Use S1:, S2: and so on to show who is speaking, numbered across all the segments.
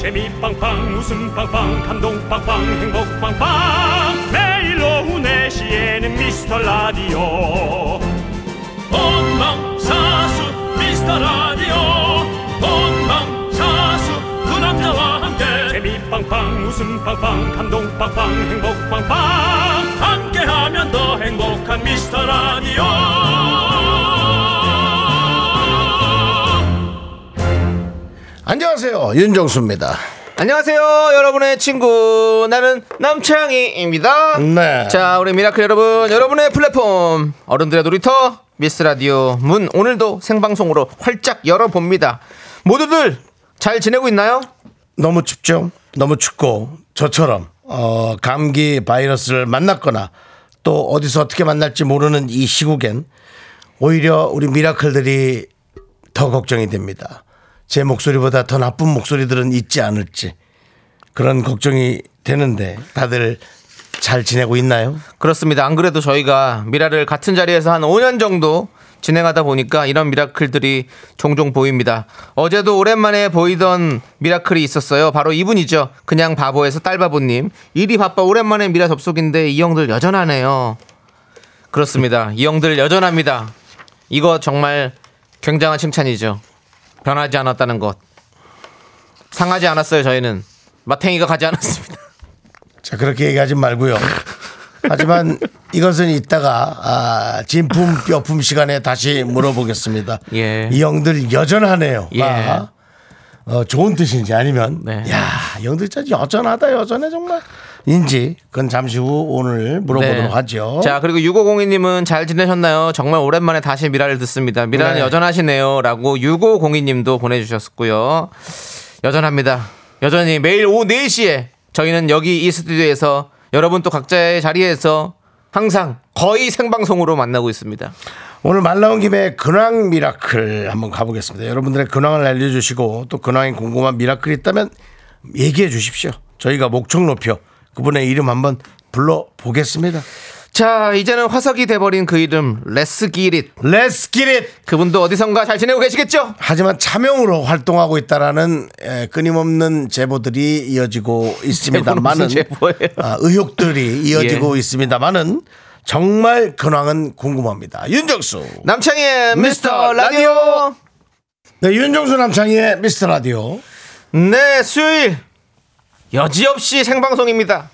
S1: 재미 빵빵 웃음 빵빵 감동 빵빵 행복 빵빵 매일 오후 네시에는 미스터 라디오 본방사수 미스터 라디오 본방사수 그 남자와 함께 재미 빵빵 웃음 빵빵 감동 빵빵 행복 빵빵 함께하면 더 행복한 미스터 라디오
S2: 안녕하세요 윤정수입니다.
S3: 안녕하세요, 여러분의 친구. 나는 남창희입니다.
S2: 네.
S3: 자, 우리 미라클 여러분, 여러분의 플랫폼, 어른들의 놀이터, 미스 라디오 문 오늘도 생방송으로 활짝 열어봅니다. 모두들 잘 지내고 있나요?
S2: 너무 춥죠? 너무 춥고 저처럼 어, 감기 바이러스를 만났거나 또 어디서 어떻게 만날지 모르는 이 시국엔 오히려 우리 미라클들이 더 걱정이 됩니다. 제 목소리보다 더 나쁜 목소리들은 있지 않을지 그런 걱정이 되는데 다들 잘 지내고 있나요?
S3: 그렇습니다. 안 그래도 저희가 미라를 같은 자리에서 한 5년 정도 진행하다 보니까 이런 미라클들이 종종 보입니다. 어제도 오랜만에 보이던 미라클이 있었어요. 바로 이분이죠. 그냥 바보에서 딸바보님. 일이 바빠 오랜만에 미라 접속인데 이 형들 여전하네요. 그렇습니다. 이 형들 여전합니다. 이거 정말 굉장한 칭찬이죠. 변하지 않았다는 것. 상하지 않았어요, 저희는. 마탱이가 가지 않았습니다.
S2: 자 그렇게 얘기하지 말고요. 하지만 이것은 이따가 아, 진품 뼈품 시간에 다시 물어보겠습니다.
S3: 예.
S2: 이 형들 여전하네요.
S3: 예.
S2: 아, 어, 좋은 뜻인지 아니면
S3: 네.
S2: 야 형들 진짜 여전하다 여전해 정말. 인지 그건 잠시 후 오늘 물어보도록
S3: 네.
S2: 하죠.
S3: 자, 그리고 6502님은 잘 지내셨나요? 정말 오랜만에 다시 미라를 듣습니다. 미라는
S2: 네.
S3: 여전하시네요. 라고 6502님도 보내주셨고요. 여전합니다. 여전히 매일 오후 4시에 저희는 여기 이 스튜디오에서 여러분 또 각자의 자리에서 항상 거의 생방송으로 만나고 있습니다.
S2: 오늘 말 나온 김에 근황 미라클 한번 가보겠습니다. 여러분들의 근황을 알려주시고 또 근황이 궁금한 미라클이 있다면 얘기해 주십시오. 저희가 목청 높여 그분의 이름 한번 불러보겠습니다.
S3: 자, 이제는 화석이 돼버린 그 이름, 레스 기릿.
S2: Let's get it!
S3: 그분도 어디선가 잘 지내고 계시겠죠?
S2: 하지만 차명으로 활동하고 있다라는 에, 끊임없는 제보들이 이어지고 있습니다만은
S3: 제보는 무슨 제보예요? 예.
S2: 아, 의혹들이 이어지고 있습니다만은 정말 근황은 궁금합니다. 윤정수.
S3: 남창희의
S2: 미스터
S3: 미스터 라디오.
S2: 네, 윤정수 남창희의 미스터 라디오.
S3: 네, 수요일. 여지없이 생방송입니다.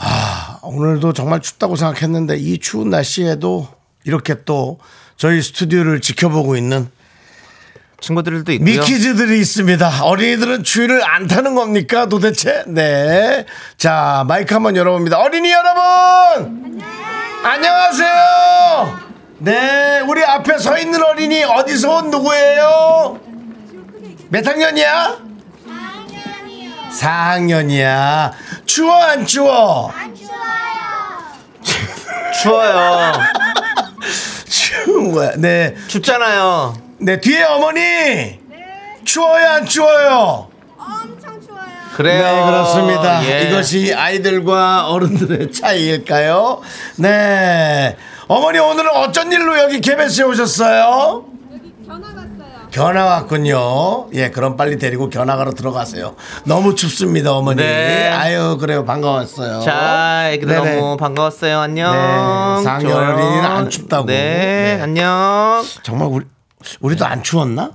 S2: 아, 오늘도 정말 춥다고 생각했는데 이 추운 날씨에도 이렇게 또 저희 스튜디오를 지켜보고 있는
S3: 친구들도 있고요.
S2: 미키즈들이 있습니다. 어린이들은 추위를 안 타는 겁니까 도대체? 네. 자, 마이크 한번 열어봅니다. 어린이 여러분! 안녕하세요! 네, 우리 앞에 서 있는 어린이 어디서 온 누구예요? 몇 학년이야? 4학년이야. 추워, 안 추워?
S3: 추워요.
S2: 추운 거야. 네.
S3: 춥잖아요.
S2: 네, 뒤에 어머니! 추워요, 안 추워요?
S4: 엄청 추워요.
S3: 그래요.
S2: 네, 그렇습니다.
S3: 예.
S2: 이것이 아이들과 어른들의 차이일까요? 네. 어머니 오늘은 어쩐 일로 여기 KBS에 오셨어요?
S4: 여기 견화 갔어요.
S2: 견학 왔군요. 예, 그럼 빨리 데리고 견학하러 들어가세요. 너무 춥습니다, 어머니.
S3: 네.
S2: 아유, 그래요. 반가웠어요.
S3: 자, 애기들
S2: 네네.
S3: 너무 반가웠어요. 안녕.
S2: 네, 상견
S3: 좋아요.
S2: 어린이는 안 춥다고.
S3: 네,
S2: 네.
S3: 안녕.
S2: 정말 우리 우리도 안 추웠나?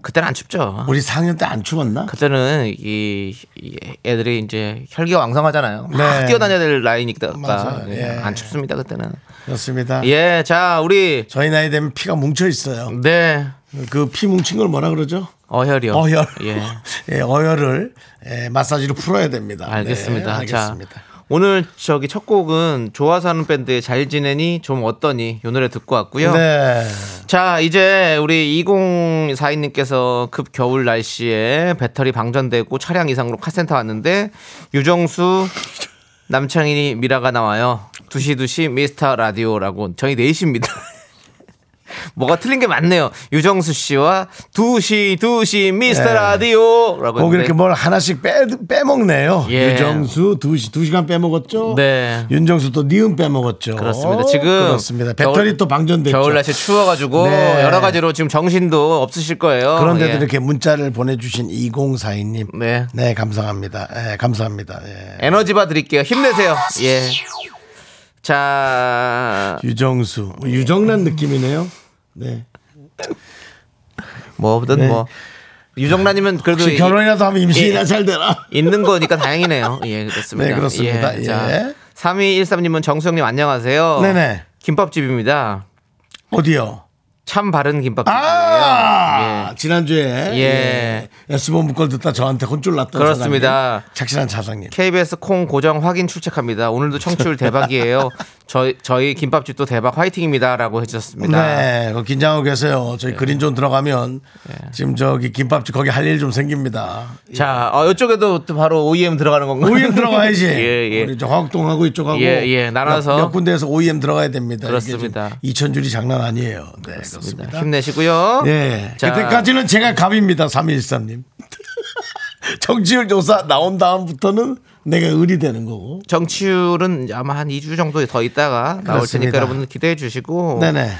S3: 그때는 안 춥죠.
S2: 우리 4학년 때 안 추웠나?
S3: 그때는 이, 이 애들이 이제 혈기가 왕성하잖아요.
S2: 네.
S3: 막 뛰어다녀야 될 나이니까 네,
S2: 맞아요. 예.
S3: 안 춥습니다 그때는.
S2: 그렇습니다.
S3: 예, 자 우리
S2: 저희 나이 되면 피가 뭉쳐 있어요.
S3: 네
S2: 그 피 뭉친 걸 뭐라 그러죠?
S3: 어혈이요.
S2: 어혈.
S3: 예,
S2: 예, 어혈을 예, 마사지로 풀어야 됩니다. 네,
S3: 알겠습니다.
S2: 알겠습니다.
S3: 자 오늘 저기 첫 곡은 좋아서 하는 밴드의 잘 지내니 좀 어떠니 이 노래 듣고 왔고요.
S2: 네.
S3: 자, 이제 우리 2042님께서 급 겨울 날씨에 배터리 방전되고 차량 이상으로 카센터 왔는데 유정수 남창인이 미라가 나와요. 두시두시 미스터 라디오라고 저희 4시입니다. 뭐가 틀린 게 많네요. 유정수 씨와 두시 두시 미스터
S2: 예.
S3: 라디오라고
S2: 꼭
S3: 했는데
S2: 이렇게 뭘 하나씩 빼, 빼먹네요.
S3: 뭐, 네. 예.
S2: 유정수 두, 시, 두 시간 빼먹었죠.
S3: 네.
S2: 윤정수 또 니은 빼먹었죠.
S3: 그렇습니다. 지금
S2: 그렇습니다. 배터리
S3: 겨울-
S2: 또 방전됐죠.
S3: 겨울 날씨 추워가지고
S2: 네.
S3: 여러 가지로 지금 정신도 없으실 거예요.
S2: 그런데도
S3: 예.
S2: 이렇게 문자를 보내주신 2042님.
S3: 네.
S2: 감사합니다. 예, 감사합니다. 예.
S3: 에너지바 드릴게요. 힘내세요. 예. 자,
S2: 유정수. 뭐 유정란 느낌이네요. 네.
S3: 뭐든
S2: 네.
S3: 뭐 유정란이면 그래도
S2: 혹시 결혼이라도 하면 임신이나
S3: 예.
S2: 잘 되나?
S3: 이- 있는 거니까 다행이네요. 예, 그렇습니다.
S2: 네, 그렇습니다.
S3: 자,
S2: 예.
S3: 3213님은 정수영님 안녕하세요.
S2: 네네.
S3: 김밥집입니다. 예.
S2: 어디요?
S3: 참 바른 김밥집이에요.
S2: 아! 지난주에.
S3: 예.
S2: S본 문걸 듣다 저한테 혼쭐 났던
S3: 그렇습니다.
S2: 사장님. 착실한 사장님.
S3: KBS 콩 고정 확인 출첵합니다. 오늘도 청취율 대박이에요. 저희 저희 김밥집도 대박 화이팅입니다라고 해주셨습니다. 예.
S2: 네, 그거 긴장하고 계세요. 저희 그린존 들어가면 지금 저기 김밥집 거기 할 일 좀 생깁니다.
S3: 자, 어, 이쪽에도 또 바로 OEM 들어가는 건가요?
S2: OEM E 들어가야지.
S3: 예, 예.
S2: 우리 저 화곡동하고 이쪽하고
S3: 예, 예, 나눠서.
S2: 몇, 몇 군데에서 OEM 들어가야 됩니다.
S3: 그렇습니다.
S2: 이천 줄이 장난 아니에요. 네, 그렇습니다.
S3: 그렇습니다. 힘내시고요.
S2: 예.
S3: 자.
S2: 그때까지는 제가 갑입니다. 313님. 정치율 조사 나온 다음부터는 내가 을이 되는 거고.
S3: 정치율은 아마 한 2주 정도 더 있다가 나올
S2: 그렇습니다.
S3: 테니까 여러분들 기대해 주시고.
S2: 네네.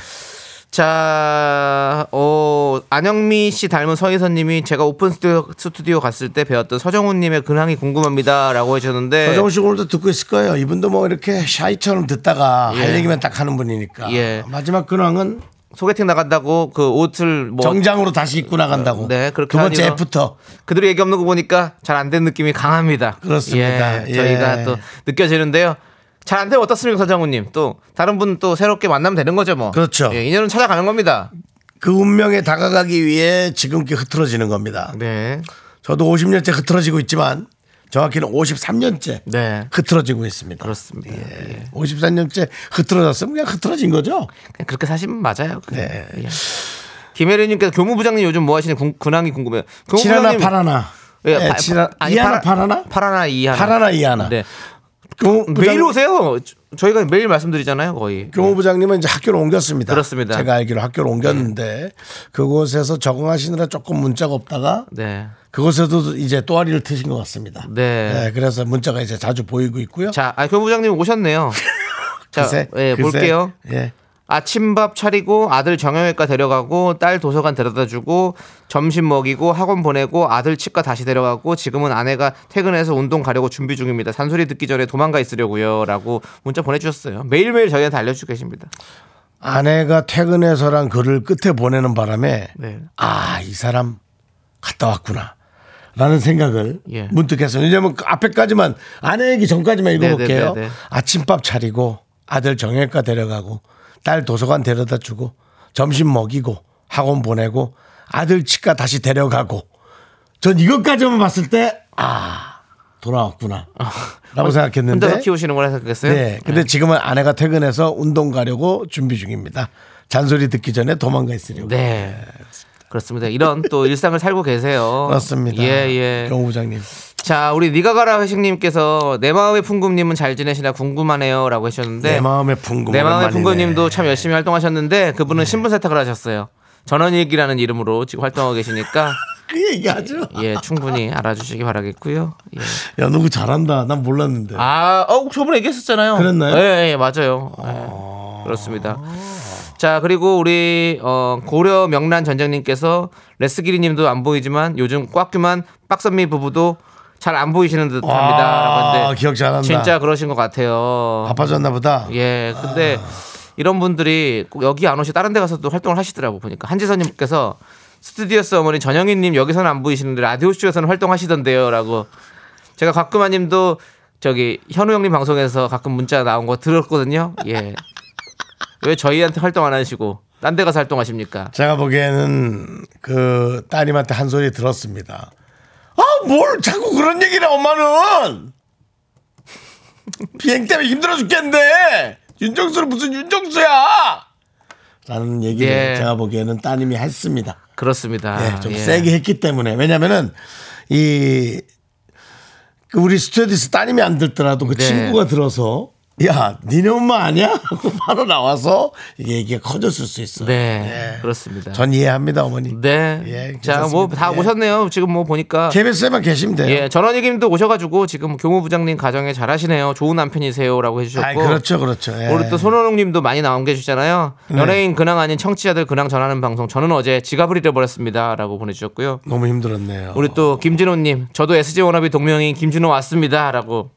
S3: 자, 어, 안영미 씨 닮은 서희선 님이 제가 오픈 스튜디오, 스튜디오 갔을 때 배웠던 서정훈 님의 근황이 궁금합니다. 라고 해주셨는데.
S2: 서정훈 씨 오늘도 듣고 있을 거예요. 이분도 뭐 이렇게 샤이처럼 듣다가 할 얘기만 딱 하는 분이니까.
S3: 예.
S2: 마지막 근황은
S3: 소개팅 나간다고 그 옷을 뭐.
S2: 정장으로 다시 입고 나간다고.
S3: 네, 그렇게
S2: 두 번째
S3: 하니까.
S2: 애프터.
S3: 그들이 얘기 없는 거 보니까 잘 안 된 느낌이 강합니다.
S2: 그렇습니다.
S3: 예, 저희가
S2: 예.
S3: 또 느껴지는데요. 잘 안 되면 어떻습니까, 서정훈님? 또 다른 분 또 새롭게 만나면 되는 거죠, 뭐.
S2: 그렇죠.
S3: 예, 인연은 찾아가는 겁니다.
S2: 그 운명에 다가가기 위해 지금께 흐트러지는 겁니다.
S3: 네.
S2: 저도 50년째 흐트러지고 있지만 정확히는 53년째
S3: 네.
S2: 흐트러지고 있습니다.
S3: 그렇습니다. 예.
S2: 53년째 흐트러졌으면 그냥 흐트러진 거죠.
S3: 그냥 그렇게 사시면 맞아요.
S2: 네.
S3: 예. 김혜리님께서 교무부장님 요즘 뭐 하시는 군, 근황이 궁금해요.
S2: 칠하나
S3: 교무부장님-
S2: 파라나.
S3: 예,
S2: 예,
S3: 파-
S2: 칠하-
S3: 아니,
S2: 이하나
S3: 파라-
S2: 파라나?
S3: 파라나 이하나.
S2: 파라나 이하나. 그 뭐,
S3: 네.
S2: 교무
S3: 매일 오세요. 저- 저희가 매일 말씀드리잖아요, 거의.
S2: 교무부장님은 이제 학교를 옮겼습니다.
S3: 그렇습니다. 네.
S2: 제가 알기로 학교를 옮겼는데 그곳에서 적응하시느라 조금 문자가 없다가
S3: 네.
S2: 그곳에도 이제 또아리를 트신 것 같습니다.
S3: 네.
S2: 그래서 문자가 이제 자주 보이고 있고요.
S3: 자, 아, 교무부장님 오셨네요. 자,
S2: 글쎄,
S3: 예,
S2: 글쎄.
S3: 볼게요.
S2: 예.
S3: 아침밥 차리고 아들 정형외과 데려가고 딸 도서관 데려다주고 점심 먹이고 학원 보내고 아들 치과 다시 데려가고 지금은 아내가 퇴근해서 운동 가려고 준비 중입니다. 잔소리 듣기 전에 도망가 있으려고요라고 문자 보내주셨어요. 매일매일 저희한테 알려주고 계십니다.
S2: 아내가 퇴근해서랑 글을 끝에 보내는 바람에
S3: 네.
S2: 아, 이 사람 갔다 왔구나. 라는 생각을
S3: 예.
S2: 문득 했어요. 왜냐하면 그 앞에까지만 아내 얘기 전까지만 읽어볼게요.
S3: 네, 네, 네, 네.
S2: 아침밥 차리고 아들 정형외과 데려가고 딸 도서관 데려다 주고 점심 먹이고 학원 보내고 아들 치과 다시 데려가고 전 이것까지만 봤을 때 아, 돌아왔구나. 라고 생각했는데
S3: 혼자서 키우시는 거라 생각했어요.
S2: 네. 근데 지금은 아내가 퇴근해서 운동 가려고 준비 중입니다. 잔소리 듣기 전에 도망가 있으려고.
S3: 네. 그렇습니다. 이런 또 일상을 살고 계세요.
S2: 그렇습니다.
S3: 어, 예, 예.
S2: 경호부장님.
S3: 자, 우리 니가 가라 회식님께서 내 마음의 풍금님은 잘 지내시나 궁금하네요라고 하셨는데
S2: 내 마음의 풍금.
S3: 내 마음의
S2: 오랜만이네.
S3: 풍금님도 참 열심히 활동하셨는데 그분은 신분 세탁을 하셨어요. 전원일기라는 이름으로 지금 활동하고 계시니까
S2: 그 얘기하죠.
S3: 예 충분히 알아주시기 바라겠고요. 예.
S2: 야 누구 잘한다. 난 몰랐는데.
S3: 아, 어, 저번에 얘기했었잖아요.
S2: 그랬나요?
S3: 예, 예, 맞아요. 예, 그렇습니다. 자, 그리고 우리 어, 고려 명란 전장님께서 레스기리님도 안 보이지만 요즘 꽉규만 빡선미 부부도 잘 안 보이시는
S2: 아,
S3: 듯합니다.
S2: 기억 잘한다.
S3: 진짜 그러신 것 같아요.
S2: 바빠졌나 보다.
S3: 예, 근데 이런 분들이 꼭 여기 안 오시 다른 데 가서도 활동을 하시더라고 보니까 한지선님께서 스튜디오스 어머니 전영희님 여기서는 안 보이시는데 라디오 쇼에서는 활동하시던데요라고 제가 가끔아님도 저기 현우 형님 방송에서 가끔 문자 나온 거 들었거든요. 예, 왜 저희한테 활동 안 하시고 딴 데 가서 활동하십니까?
S2: 제가 보기에는 그 따님한테 한 소리 들었습니다. 아 뭘 자꾸 그런 얘기를 해, 엄마는 비행 때문에 힘들어 죽겠는데 윤정수는 무슨 윤정수야? 라는 얘기를
S3: 예.
S2: 제가 보기에는 따님이 했습니다.
S3: 그렇습니다.
S2: 예, 좀
S3: 예.
S2: 세게 했기 때문에 왜냐면은 이그 우리 스튜디스 따님이 안 들더라도 그
S3: 네.
S2: 친구가 들어서 야, 니네 엄마 아니야? 하고 바로 나와서 이게 얘기가 커졌을 수 있어.
S3: 네,
S2: 예.
S3: 그렇습니다.
S2: 전 이해합니다, 어머니.
S3: 네.
S2: 예,
S3: 자, 뭐 다
S2: 괜찮습니다. 예.
S3: 오셨네요. 지금 뭐 보니까
S2: KBS에만 계시면 돼요.
S3: 예, 전원이님도 오셔가지고 지금 교무부장님 가정에 잘하시네요. 좋은 남편이세요라고 해주셨고.
S2: 아이, 그렇죠, 네. 그렇죠. 예.
S3: 오늘 또 손호농님도 많이 나온 계시잖아요. 연예인 근황 아닌 청취자들 근황 전하는 방송. 저는 어제 지갑을 잃어버렸습니다라고 보내주셨고요.
S2: 너무 힘들었네요.
S3: 우리 또 김진호님, 저도 SG 워너비 동명인 김진호 왔습니다라고.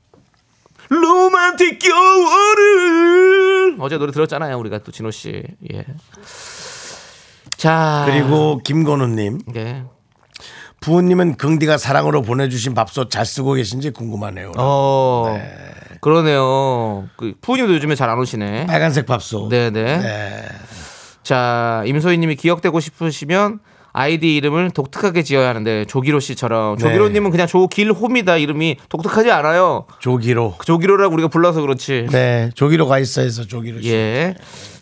S3: 로mantic 겨울을 어제 노래 들었잖아요. 우리가 또 진호 씨. 예. 자
S2: 그리고 김건우님,
S3: 예.
S2: 부모님은 긍디가 사랑으로 보내주신 밥솥 잘 쓰고 계신지 궁금하네요.
S3: 어 그러네요. 그 부모님도 요즘에 잘 안 오시네.
S2: 빨간색 밥솥.
S3: 네네.
S2: 뭐. 네.
S3: 자 임소희님이 기억되고 싶으시면 아이디 이름을 독특하게 지어야 하는데 조기로
S2: 네.
S3: 씨처럼 조기로님은 그냥 조길호입니다. 이름이 독특하지 않아요. 그
S2: 조기로.
S3: 조기로라고 우리가 불러서 그렇지.
S2: 네, 그렇죠. 조기로 가 있어 해서 조기로. 씨.
S3: 예.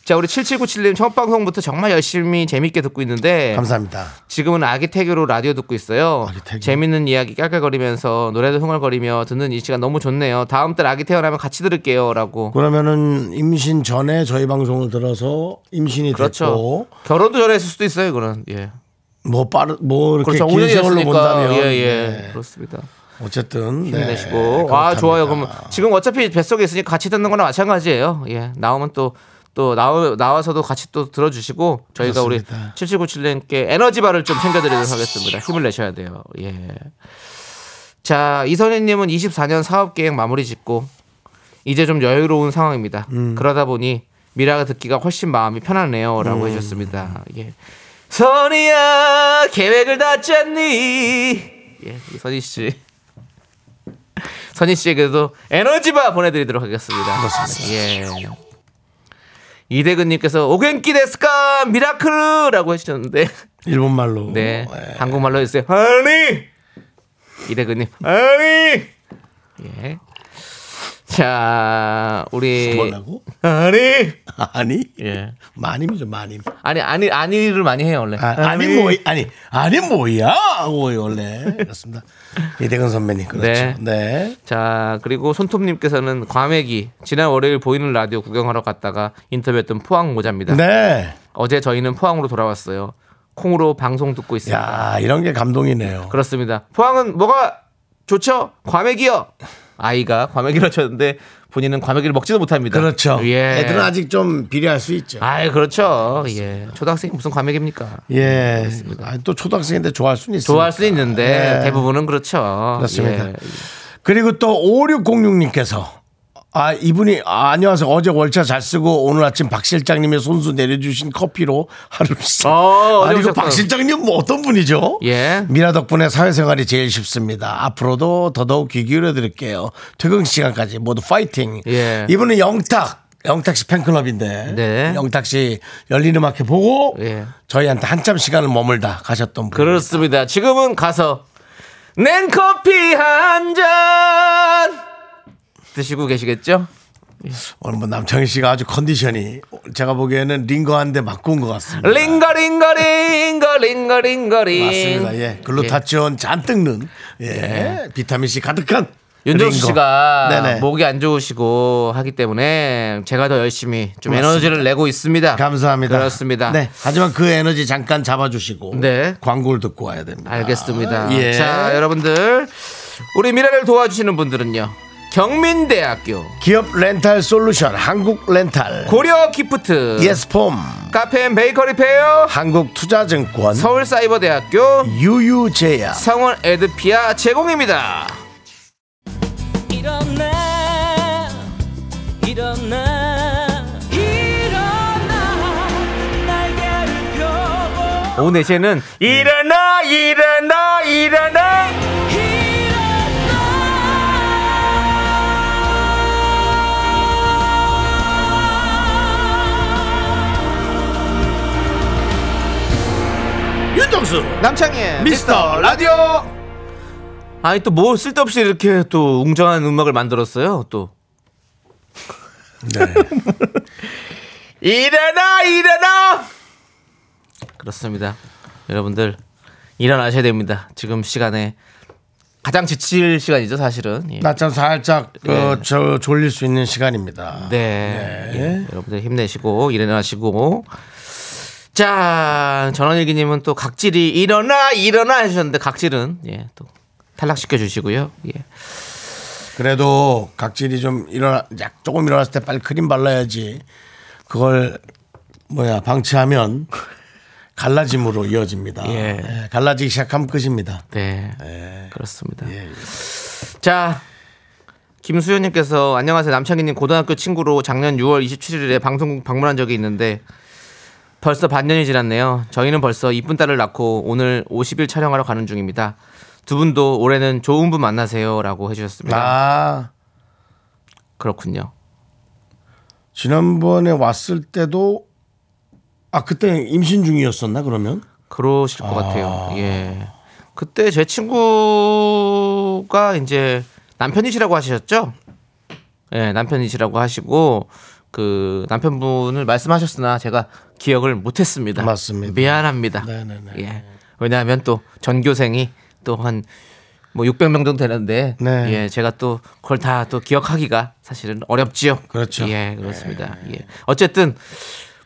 S3: 자 우리 7797님 첫 방송부터 정말 열심히 재밌게 듣고 있는데
S2: 감사합니다.
S3: 지금은 아기 태교로 라디오 듣고 있어요.
S2: 아기 태교.
S3: 재밌는 이야기 깔깔거리면서 노래도 흥얼거리며 듣는 이 시간 너무 좋네요. 다음 달 아기 태어나면 같이 들을게요라고.
S2: 네. 그러면은 임신 전에 저희 방송을 들어서 임신이
S3: 그렇죠.
S2: 됐고
S3: 결혼도 전에 했을 수도 있어요. 이거는 예.
S2: 뭐 빠르 뭐 이렇게
S3: 그렇죠.
S2: 긴 세월로
S3: 운전이었으니까
S2: 본다면
S3: 예, 예.
S2: 네.
S3: 그렇습니다.
S2: 어쨌든 네.
S3: 힘내시고.
S2: 그렇답니다.
S3: 아, 좋아요. 그럼 지금 어차피 뱃속에 있으니까 같이 듣는 거나 마찬가지예요. 예. 나오면 또 또 나와, 나와서도 같이 또 들어주시고 저희가
S2: 그렇습니다.
S3: 우리 7797님께 에너지바를 좀 챙겨드리도록 하겠습니다. 힘을 내셔야 돼요. 예. 자 이선희님은 24년 사업 계획 마무리 짓고 이제 좀 여유로운 상황입니다.
S2: 음.
S3: 그러다 보니 미라가 듣기가 훨씬 마음이 편하네요라고 해주셨습니다. 예. 선이야 계획을 다 짰니? 예, 이 선희 씨. 선희 씨에게도 에너지바 보내드리도록 하겠습니다. 그렇습니다. 예. 이대근님께서 오겐키 데스까 미라클라고 해주셨는데
S2: 일본 말로
S3: 음, 네
S2: 예.
S3: 한국말로 해주세요. 아니 이대근님 아니 예. 자 우리
S2: 뭐라고
S3: 아니
S2: 아니
S3: 예
S2: 마님이죠 마님
S3: 아니 아니 아니를 많이 해요 원래
S2: 아, 아니 뭐 아니 아니 뭐야 하고 원래 그렇습니다 이대근 선배님 그렇죠
S3: 네.
S2: 네
S3: 자 그리고 손톱님께서는 과메기 지난 월요일 보이는 라디오 구경하러 갔다가 인터뷰했던 포항 모자입니다.
S2: 네.
S3: 어제 저희는 포항으로 돌아왔어요. 콩으로 방송 듣고 있습니다.
S2: 야 이런 게 감동이네요
S3: 그렇죠. 그렇습니다. 포항은 뭐가 좋죠? 과메기요. 아이가 과메기를 쳤는데 본인은 과메기를 먹지도 못합니다.
S2: 그렇죠
S3: 예.
S2: 애들은 아직 좀 비례할 수 있죠
S3: 아이 그렇죠. 예. 초등학생이 무슨 과메기입니까?
S2: 예. 아니, 또 초등학생인데 좋아할 수는 있어요.
S3: 좋아할 수는 있는데
S2: 예.
S3: 대부분은 그렇죠.
S2: 그렇습니다.
S3: 예.
S2: 그리고 또 5606님께서 아 이분이 아, 안녕하세요 어제 월차 잘 쓰고 오늘 아침 박 실장님의 손수 내려주신 커피로 하루를 써.
S3: 어, 어제
S2: 아니 이거
S3: 오셨구나.
S2: 박 실장님 뭐 어떤 분이죠?
S3: 예.
S2: 미라 덕분에 사회생활이 제일 쉽습니다. 앞으로도 더더욱 귀 기울여 드릴게요. 퇴근 시간까지 모두 파이팅.
S3: 예.
S2: 이분은 영탁 영탁 씨 팬클럽인데
S3: 네.
S2: 영탁 씨 열린 음악회 보고
S3: 예.
S2: 저희한테 한참 시간을 머물다 가셨던 분.
S3: 그렇습니다. 지금은 가서 냉커피 한 잔 드시고 계시겠죠?
S2: 오늘 뭐 남창희 씨가 아주 컨디션이 제가 보기에는 링거 한 대 맞고 온 것 같습니다.
S3: 링거링거링거 링거링거링.
S2: 네. 맞습니다. 예. 글루타치온 잔뜩 넣은 예. 비타민 C 가득한
S3: 네. 윤정수
S2: 링거.
S3: 씨가 뭐
S2: 네네.
S3: 목이 안 좋으시고 하기 때문에 제가 더 열심히 좀
S2: 맞습니다.
S3: 에너지를 내고 있습니다.
S2: 감사합니다.
S3: 그렇습니다.
S2: 네. 하지만 그 에너지 잠깐 잡아주시고
S3: 네.
S2: 광고를 듣고 와야 됩니다.
S3: 알겠습니다.
S2: 예.
S3: 자, 여러분들 우리 미래를 도와주시는 분들은요. 경민대학교,
S2: 기업 렌탈 솔루션 한국 렌탈
S3: 고려 기프트,
S2: 예스폼
S3: 카페 앤 베이커리 페어,
S2: 한국 투자증권
S3: 서울사이버대학교,
S2: 유유제야
S3: 성원 에드피아 제공입니다.
S5: 일어나 일어나 일어나 날개를 펴고
S3: 오후 4시에는 일어나 일어나 일어나
S2: 윤정수
S3: 남창희의
S2: 미스터 라디오
S3: 아니 또 뭐 쓸데없이 이렇게 또 웅장한 음악을 만들었어요 또
S2: 네.
S3: 일어나 일어나 그렇습니다 여러분들 일어나셔야 됩니다 지금 시간에 가장 지칠 시간이죠, 사실은. 예.
S2: 낮잠 살짝 그, 저, 졸릴 수 있는 시간입니다.
S3: 네. 예, 여러분들 힘내시고 일어나시고. 자, 전원일기님은 또 각질이 일어나 일어나 해주셨는데 각질은 예 또 탈락시켜 주시고요. 예.
S2: 그래도 각질이 좀 일어나 약 조금 일어났을 때 빨리 크림 발라야지 그걸 뭐야 방치하면 갈라짐으로 이어집니다.
S3: 예.
S2: 예, 갈라지기 시작하면 끝입니다.
S3: 네. 그렇습니다. 자. 김수현님께서 안녕하세요 남창희님 고등학교 친구로 작년 6월 27일에 방송국 방문한 적이 있는데 벌써 반년이 지났네요. 저희는 벌써 이쁜 딸을 낳고 오늘 50일 촬영하러 가는 중입니다. 두 분도 올해는 좋은 분 만나세요라고 해주셨습니다.
S2: 아
S3: 그렇군요.
S2: 지난번에 왔을 때도 아 그때 임신 중이었었나 그러면
S3: 그러실 것 같아요. 예. 그때 제 친구가 이제 남편이시라고 하셨죠? 예, 남편이시라고 하시고 그 남편분을 말씀하셨으나 제가 기억을 못했습니다.
S2: 맞습니다.
S3: 미안합니다.
S2: 네네네.
S3: 예. 왜냐하면 또 전교생이 또 한 뭐 600명 정도 되는데
S2: 네.
S3: 예, 제가 또 그걸 다 또 기억하기가 사실은 어렵지요.
S2: 그렇죠.
S3: 예, 그렇습니다. 예. 어쨌든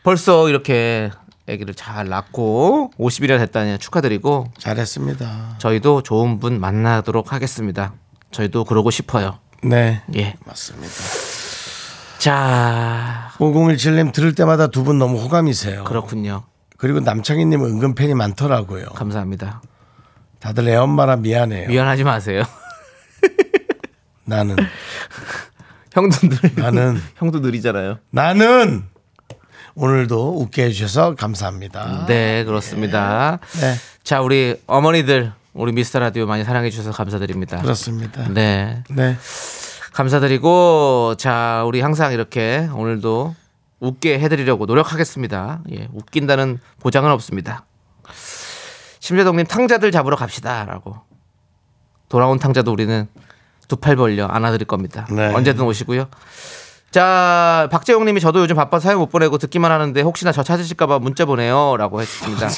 S3: 벌써 이렇게 아기를 잘 낳고 50일이나 됐다니 축하드리고
S2: 잘했습니다.
S3: 저희도 좋은 분 만나도록 하겠습니다. 저희도 그러고 싶어요.
S2: 네
S3: 예.
S2: 맞습니다.
S3: 자,
S2: 5017님 들을 때마다 두 분 너무 호감이세요.
S3: 그렇군요.
S2: 그리고 남창희님 은근 팬이 많더라고요.
S3: 감사합니다.
S2: 다들 애 엄마라 미안해요.
S3: 미안하지 마세요.
S2: 나는
S3: 형도 늘
S2: 나는
S3: 형도 느리잖아요.
S2: 나는 오늘도 웃게 해주셔서 감사합니다.
S3: 네, 그렇습니다.
S2: 네.
S3: 자, 우리 어머니들 우리 미스터 라디오 많이 사랑해 주셔서 감사드립니다.
S2: 그렇습니다. 네.
S3: 네. 감사드리고 자 우리 항상 이렇게 오늘도 웃게 해드리려고 노력하겠습니다. 예, 웃긴다는 보장은 없습니다. 심재동님 탕자들 잡으러 갑시다라고 돌아온 탕자도 우리는 두 팔 벌려 안아드릴 겁니다.
S2: 네.
S3: 언제든 오시고요. 자 박재용님이 저도 요즘 바빠 사연 못 보내고 듣기만 하는데 혹시나 저 찾으실까봐 문자 보내요라고 했습니다.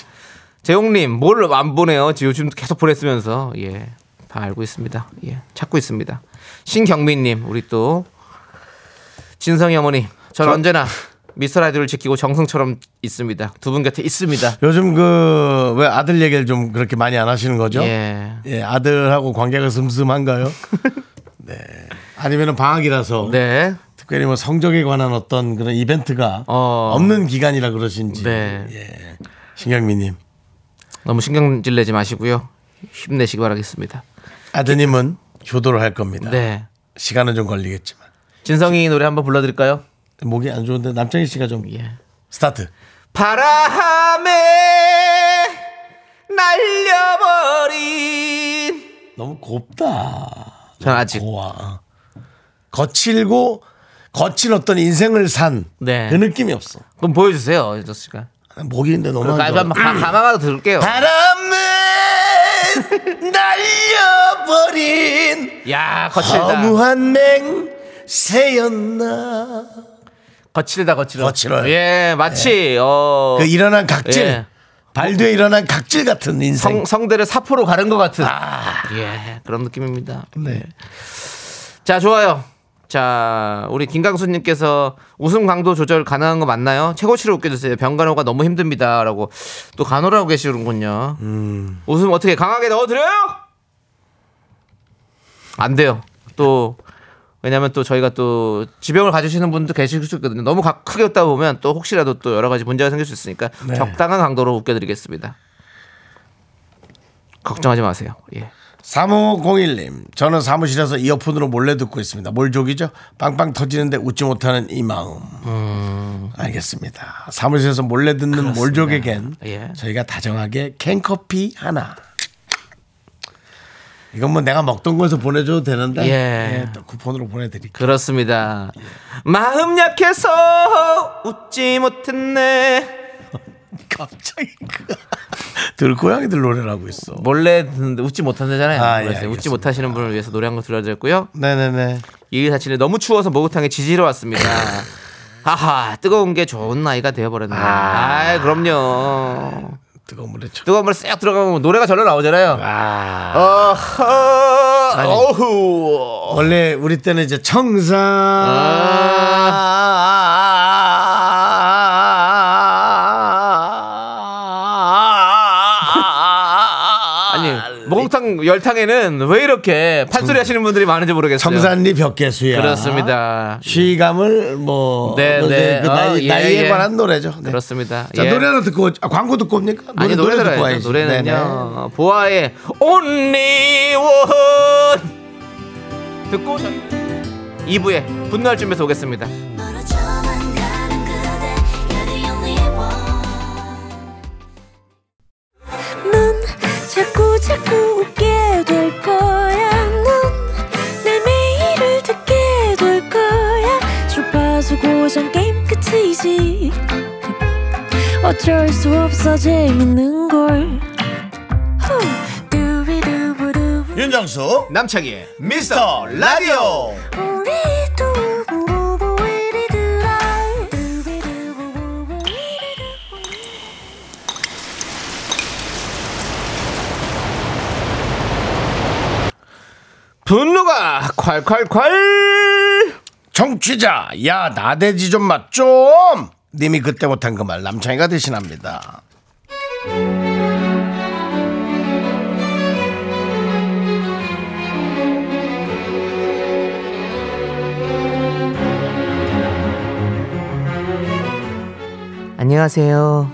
S3: 재용님 뭘 안 보내요? 지금 요즘 계속 보냈으면서 예. 다 알고 있습니다. 예, 찾고 있습니다. 신경민님 우리 또 진성이 어머니 전 언제나 미스터 라디오를 지키고 정성처럼 있습니다. 두 분 곁에 있습니다.
S2: 요즘 그 왜 아들 얘기를 좀 그렇게 많이 안 하시는 거죠? 예.
S3: 예.
S2: 아들하고 관계가 슴슴한가요? 네. 아니면은 방학이라서
S3: 네.
S2: 특별히 뭐 성적에 관한 어떤 그런 이벤트가
S3: 어.
S2: 없는 기간이라 그러신지.
S3: 네.
S2: 예. 신경미님
S3: 너무 신경질 내지 마시고요. 힘내시기 바라겠습니다.
S2: 아드님은 효도를 할 겁니다.
S3: 네.
S2: 시간은 좀 걸리겠지만
S3: 진성이 노래 한번 불러드릴까요?
S2: 목이 안 좋은데 남창희 씨가 좀
S3: 예.
S2: 스타트.
S3: 바람에 날려버린
S2: 너무 곱다.
S3: 전 아직
S2: 와. 그 어. 거칠고 거친 어떤 인생을 산 그
S3: 네.
S2: 느낌이 없어.
S3: 그럼 보여주세요 이조 씨가
S2: 목인데 너무 안 좋아.
S3: 한번 가만히 들을게요
S2: 바람에 날려버린
S3: 야 거칠다
S2: 허무한 맹세였나.
S3: 거칠다 거칠어
S2: 거칠어요.
S3: 예 마치 어
S2: 그 일어난 각질.
S3: 예.
S2: 발뒤에 일어난 각질 같은 인생. 아,
S3: 성, 성대를 사포로 가른 것 같은 예 그런 느낌입니다
S2: 네.
S3: 자 좋아요 자 우리 김강수님께서 웃음 강도 조절 가능한 거 맞나요? 최고치로 웃겨주세요 병간호가 너무 힘듭니다라고 또 간호라고 계시는군요 웃음 어떻게 강하게 넣어드려요? 안 돼요 또 왜냐면 또 저희가 또 지병을 가지시는 분도 계실 수 있거든요 너무 가- 크게 웃다 보면 또 혹시라도 또 여러 가지 문제가 생길 수 있으니까
S2: 네.
S3: 적당한 강도로 웃겨드리겠습니다 걱정하지 마세요 예.
S2: 3501님, 저는 사무실에서 이어폰으로 몰래 듣고 있습니다. 몰족이죠? 빵빵 터지는데 웃지 못하는 이 마음. 알겠습니다. 사무실에서 몰래 듣는 몰족에겐
S3: 예.
S2: 저희가 다정하게 캔커피 하나. 이건 뭐 내가 먹던 거에서 보내줘도 되는데
S3: 예.
S2: 예, 또 쿠폰으로 보내드릴게요.
S3: 그렇습니다. 마음 약해서 웃지 못했네.
S2: 갑자기 그 들고양이들 노래를 하고 있어.
S3: 몰래 듣는데 웃지 못한다잖아요.
S2: 아, 예,
S3: 그래서 웃지
S2: 알겠습니다.
S3: 못하시는 분을 위해서 노래 한 곡 들려드렸고요.
S2: 네네네.
S3: 이일사칠에 너무 추워서 목욕탕에 지지러 왔습니다. 하하 뜨거운 게 좋은 나이가 되어버렸네. 아, 그럼요.
S2: 뜨거운 물에 쳐.
S3: 뜨거운 물에 싹 들어가면 노래가 절로 나오잖아요.
S2: 아.
S3: 어허,
S2: 아니.
S3: 어후.
S2: 원래 우리 때는 이제 청산
S3: 아, 아니 목탕 열탕에는 왜 이렇게 판소리 하시는 분들이 많은지 모르겠어요.
S2: 청산리 벽개수야.
S3: 그렇죠. 그렇습니다.
S2: 시감을 뭐
S3: 네,
S2: 그
S3: 네.
S2: 그
S3: 어,
S2: 나이,
S3: 예,
S2: 나이에
S3: 예.
S2: 관한 노래죠. 네.
S3: 그렇습니다.
S2: 자
S3: 예.
S2: 노래 하나 듣고 오- 아, 광고 듣고 옵니까?
S3: 아니 노래 들어요.
S2: 와야지. 네네.
S3: 노래는요. 보아의 Only One 듣고 2부에 분노할 준비해서 오겠습니다.
S6: 멀어져만 가는 그대 You're the only one 넌 자꾸 자꾸 웃게 될 거야 넌내 매일을 듣게 될 거야 주파수 고정 게임 끝이지 어쩔 수 없어 재밌는 걸 후. 두비두부두.
S2: 네, 윤정수
S3: 남창희
S2: 미스터 라디오
S6: 우리 두부부부 우리 두라. 두비두부부부 우리 두부부.
S3: 분노가 콸콸콸.
S2: 정취자 야 나대지 좀 맛 좀 님이 그때 못한 그 말 남창이가 대신합니다.
S3: 안녕하세요.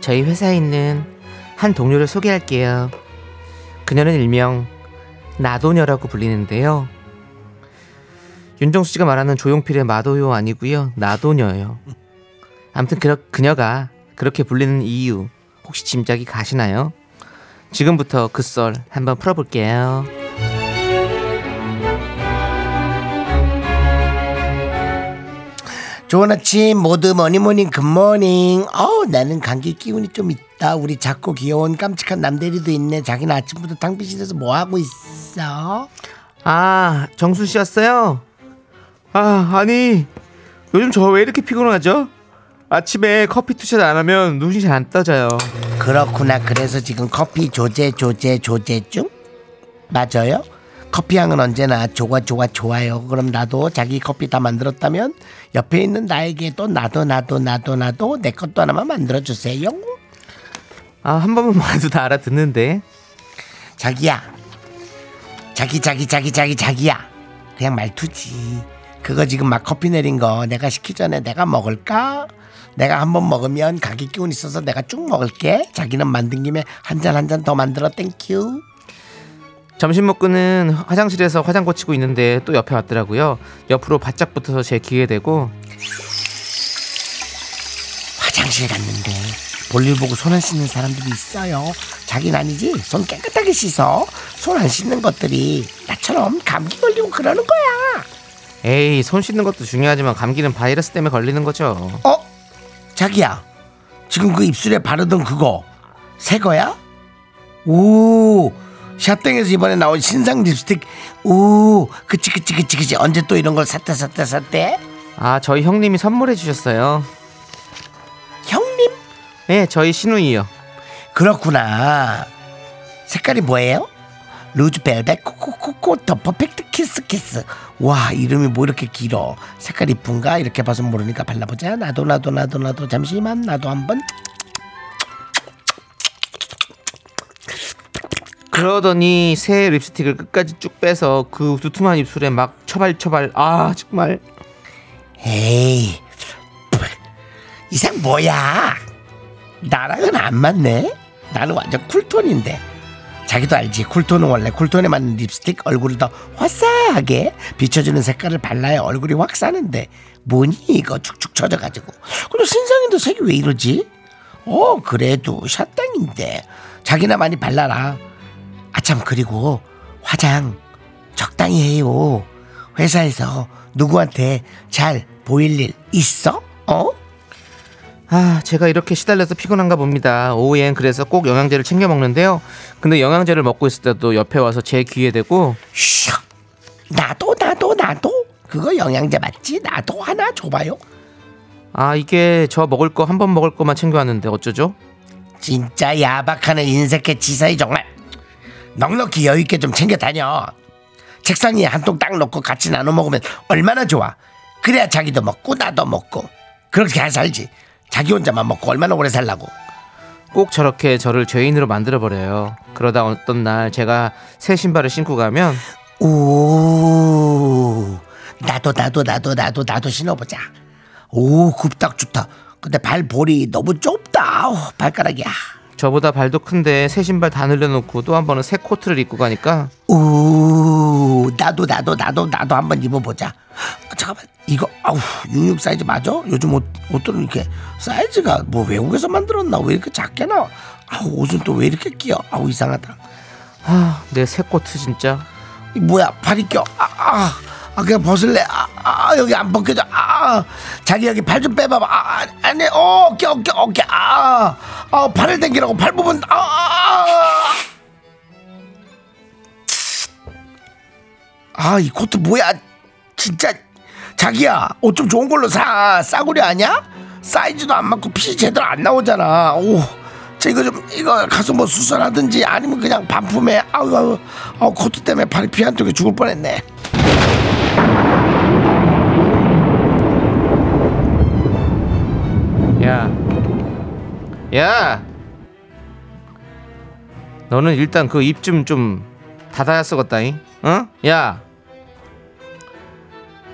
S3: 저희 회사에 있는 한 동료를 소개할게요. 그녀는 일명 나도녀라고 불리는데요. 윤정수 씨가 말하는 조용필의 마도요 아니고요. 나도녀예요. 아무튼 그러, 그녀가 그렇게 불리는 이유 혹시 짐작이 가시나요? 지금부터 그 썰 한번 풀어볼게요.
S2: 좋은 아침 모두 머니모닝 굿모닝 어우 나는 감기 기운이 좀 있다 우리 작고 귀여운 깜찍한 남대리도 있네 자기는 아침부터 탕비실에서 뭐하고 있어
S3: 아, 정수 씨였어요? 아, 아니. 요즘 저 왜 이렇게 피곤하죠? 아침에 커피 투샷 안 하면 눈이 잘 안 떠져요.
S2: 그렇구나 그래서 지금 커피 조제 조제 조제 중 맞아요 커피향은 언제나 좋아 좋아 좋아요 그럼 나도 자기 커피 다 만들었다면 옆에 있는 나에게도 나도 나도 나도 나도 내 것도 하나만 만들어주세요
S3: 아, 한 번만 봐도 다 알아듣는데.
S2: 자기야 자기 자기 자기 자기 자기야 그냥 말투지 그거 지금 막 커피 내린 거 내가 시키 전에 내가 먹을까 내가 한 번 먹으면 가기 기운 있어서 내가 쭉 먹을게 자기는 만든 김에 한 잔 한 잔 더 만들어 땡큐
S3: 점심 먹고는 화장실에서 화장 고치고 있는데 또 옆에 왔더라고요. 옆으로 바짝 붙어서 제 귀에 대고
S2: 화장실 갔는데 볼일 보고 손 안 씻는 사람들이 있어요 자기는 아니지 손 깨끗하게 씻어 손 안 씻는 것들이 나처럼 감기 걸리고 그러는 거야
S3: 에이, 손 씻는 것도 중요하지만 감기는 바이러스 때문에 걸리는 거죠.
S2: 어? 자기야 지금 그 입술에 바르던 그거 새 거야? 오 샤땡에서 이번에 나온 신상 립스틱 오 그치 그치 그치 그치 언제 또 이런 걸 샀대 샀대 샀대
S3: 아, 저희 형님이 선물해 주셨어요.
S2: 형님
S3: 네, 저희 신우이요.
S2: 그렇구나 색깔이 뭐예요? 루즈 벨벳 코코코코 더 퍼펙트 키스 키스 와 이름이 뭐 이렇게 길어 색깔 이쁜가 이렇게 봐서 모르니까 발라보자 나도 나도 나도 나도 잠시만 나도 한번
S3: 그러더니 새 립스틱을 끝까지 쭉 빼서 그 두툼한 입술에 막 처발처발 아 정말
S2: 에이 이상 뭐야 나랑은 안 맞네 나는 완전 쿨톤인데 자기도 알지 쿨톤은 원래 쿨톤에 맞는 립스틱 얼굴을 더 화사하게 비춰주는 색깔을 발라야 얼굴이 확 사는데 뭐니 이거 축축 처져가지고 그리고 신상인데 색이 왜 이러지 어 그래도 샷땡인데 자기나 많이 발라라 아참 그리고 화장 적당히 해요. 회사에서 누구한테 잘 보일 일 있어? 어?
S3: 아 제가 이렇게 시달려서 피곤한가 봅니다 오후엔 그래서 꼭 영양제를 챙겨 먹는데요 근데 영양제를 먹고 있을 때도 옆에 와서 제 귀에 대고
S2: 슉. 나도 나도 나도 그거 영양제 맞지? 나도 하나 줘봐요.
S3: 아 이게 저 먹을 거 한 번 먹을 거만 챙겨왔는데 어쩌죠
S2: 진짜 야박하는 인색해 지사이 정말 넉넉히 여유있게 좀 챙겨 다녀 책상 위에 한 통 딱 놓고 같이 나눠 먹으면 얼마나 좋아 그래야 자기도 먹고 나도 먹고 그렇게 안 살지 자기 혼자만 먹고 얼마나 오래 살라고
S3: 꼭 저렇게 저를 죄인으로 만들어 버려요. 그러다 어떤 날 제가 새 신발을 신고 가면
S2: 오 나도 나도 나도 나도 나도 신어보자 오 굽딱 좋다 근데 발볼이 너무 좁다 아우, 발가락이야
S3: 저보다 발도 큰데 새 신발 다 늘려놓고 또 한 번은 새 코트를 입고 가니까
S2: 오 나도 나도 나도 나도 한번 입어보자 아, 잠깐만 이거 아우 66 사이즈 맞아? 요즘 옷, 옷들은 이렇게 사이즈가 뭐 외국에서 만들었나 왜 이렇게 작게 나와 아우 옷은 또 왜 이렇게 끼어 아우 이상하다
S3: 아, 내 새 코트 진짜
S2: 이 뭐야 팔이 껴. 아, 아, 아, 그냥 벗을래. 아, 아, 여기 안 벗겨져. 아, 자기 여기 팔 좀 빼봐봐. 아, 아, 아니, 어, 어깨, 어깨, 어깨. 아, 아, 팔을 당기라고 팔 부분. 아, 아, 아. 아, 이 코트 뭐야? 진짜 자기야, 옷 좀 좋은 걸로 사. 싸구려 아니야? 사이즈도 안 맞고 핏이 제대로 안 나오잖아. 오. 저 이거 좀 이거 가서 뭐 수선하든지 아니면 그냥 반품해 아우 아우 아우 코트 때문에 발이 피 한 쪽에 죽을 뻔했네
S3: 야, 야, 너는 일단 그 입 좀 좀 닫아야 쓰겄다잉, 응? 야,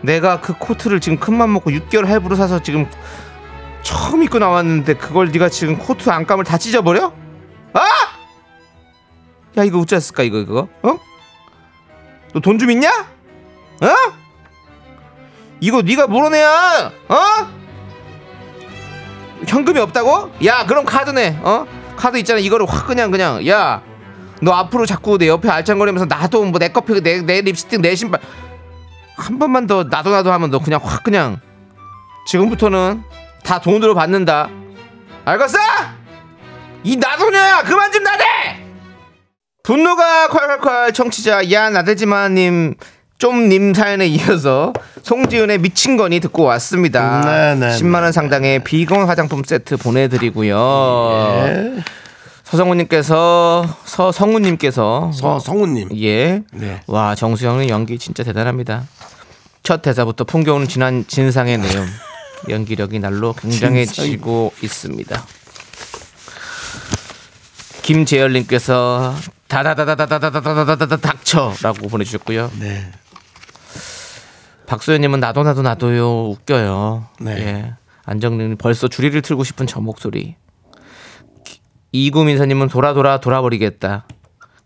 S3: 내가 그 코트를 지금 큰맘 먹고 6개월 할부로 사서 지금 처음 입고 나왔는데 그걸 네가 지금 코트 안감을 다 찢어버려? 아! 야 이거 어쩌였을까 이거 이거, 어? 너 돈 좀 있냐? 어? 이거 네가 물어내야, 어? 현금이 없다고? 야 그럼 카드 내 어? 카드 있잖아 이거를 확 그냥 그냥 야 너 앞으로 자꾸 내 옆에 알짱거리면서 나도 뭐 내 커피 내, 내 립스틱 내 신발 한 번만 더 나도 나도 하면 너 그냥 확 그냥 지금부터는 다 돈으로 받는다 알겠어? 이 나도냐 그만 좀 나대 분노가 콸콸콸 청취자 야 나대지마님 좀 님 사연에 이어서 송지은의 미친 거니 듣고 왔습니다
S2: 네, 네,
S3: 10만 10만 원 상당의 비건 화장품 세트 보내드리고요.
S2: 네.
S3: 서성우님께서 서성우님께서
S2: 서 성우님
S3: 예.
S2: 네.
S3: 와 정수영님 연기 진짜 대단합니다. 첫 대사부터 풍겨오는 진한 진상의 내용 연기력이 날로 굉장해지고 있습니다. 김재열님께서 다다다다다다다다다다 닥쳐라고 보내주셨고요.
S2: 네
S3: 박소연님은 나도 나도 나도요 웃겨요.
S2: 네.
S3: 예. 안정님 벌써 주리를 틀고 싶은 저 목소리. 기- 이구민서님은 돌아 돌아 돌아버리겠다.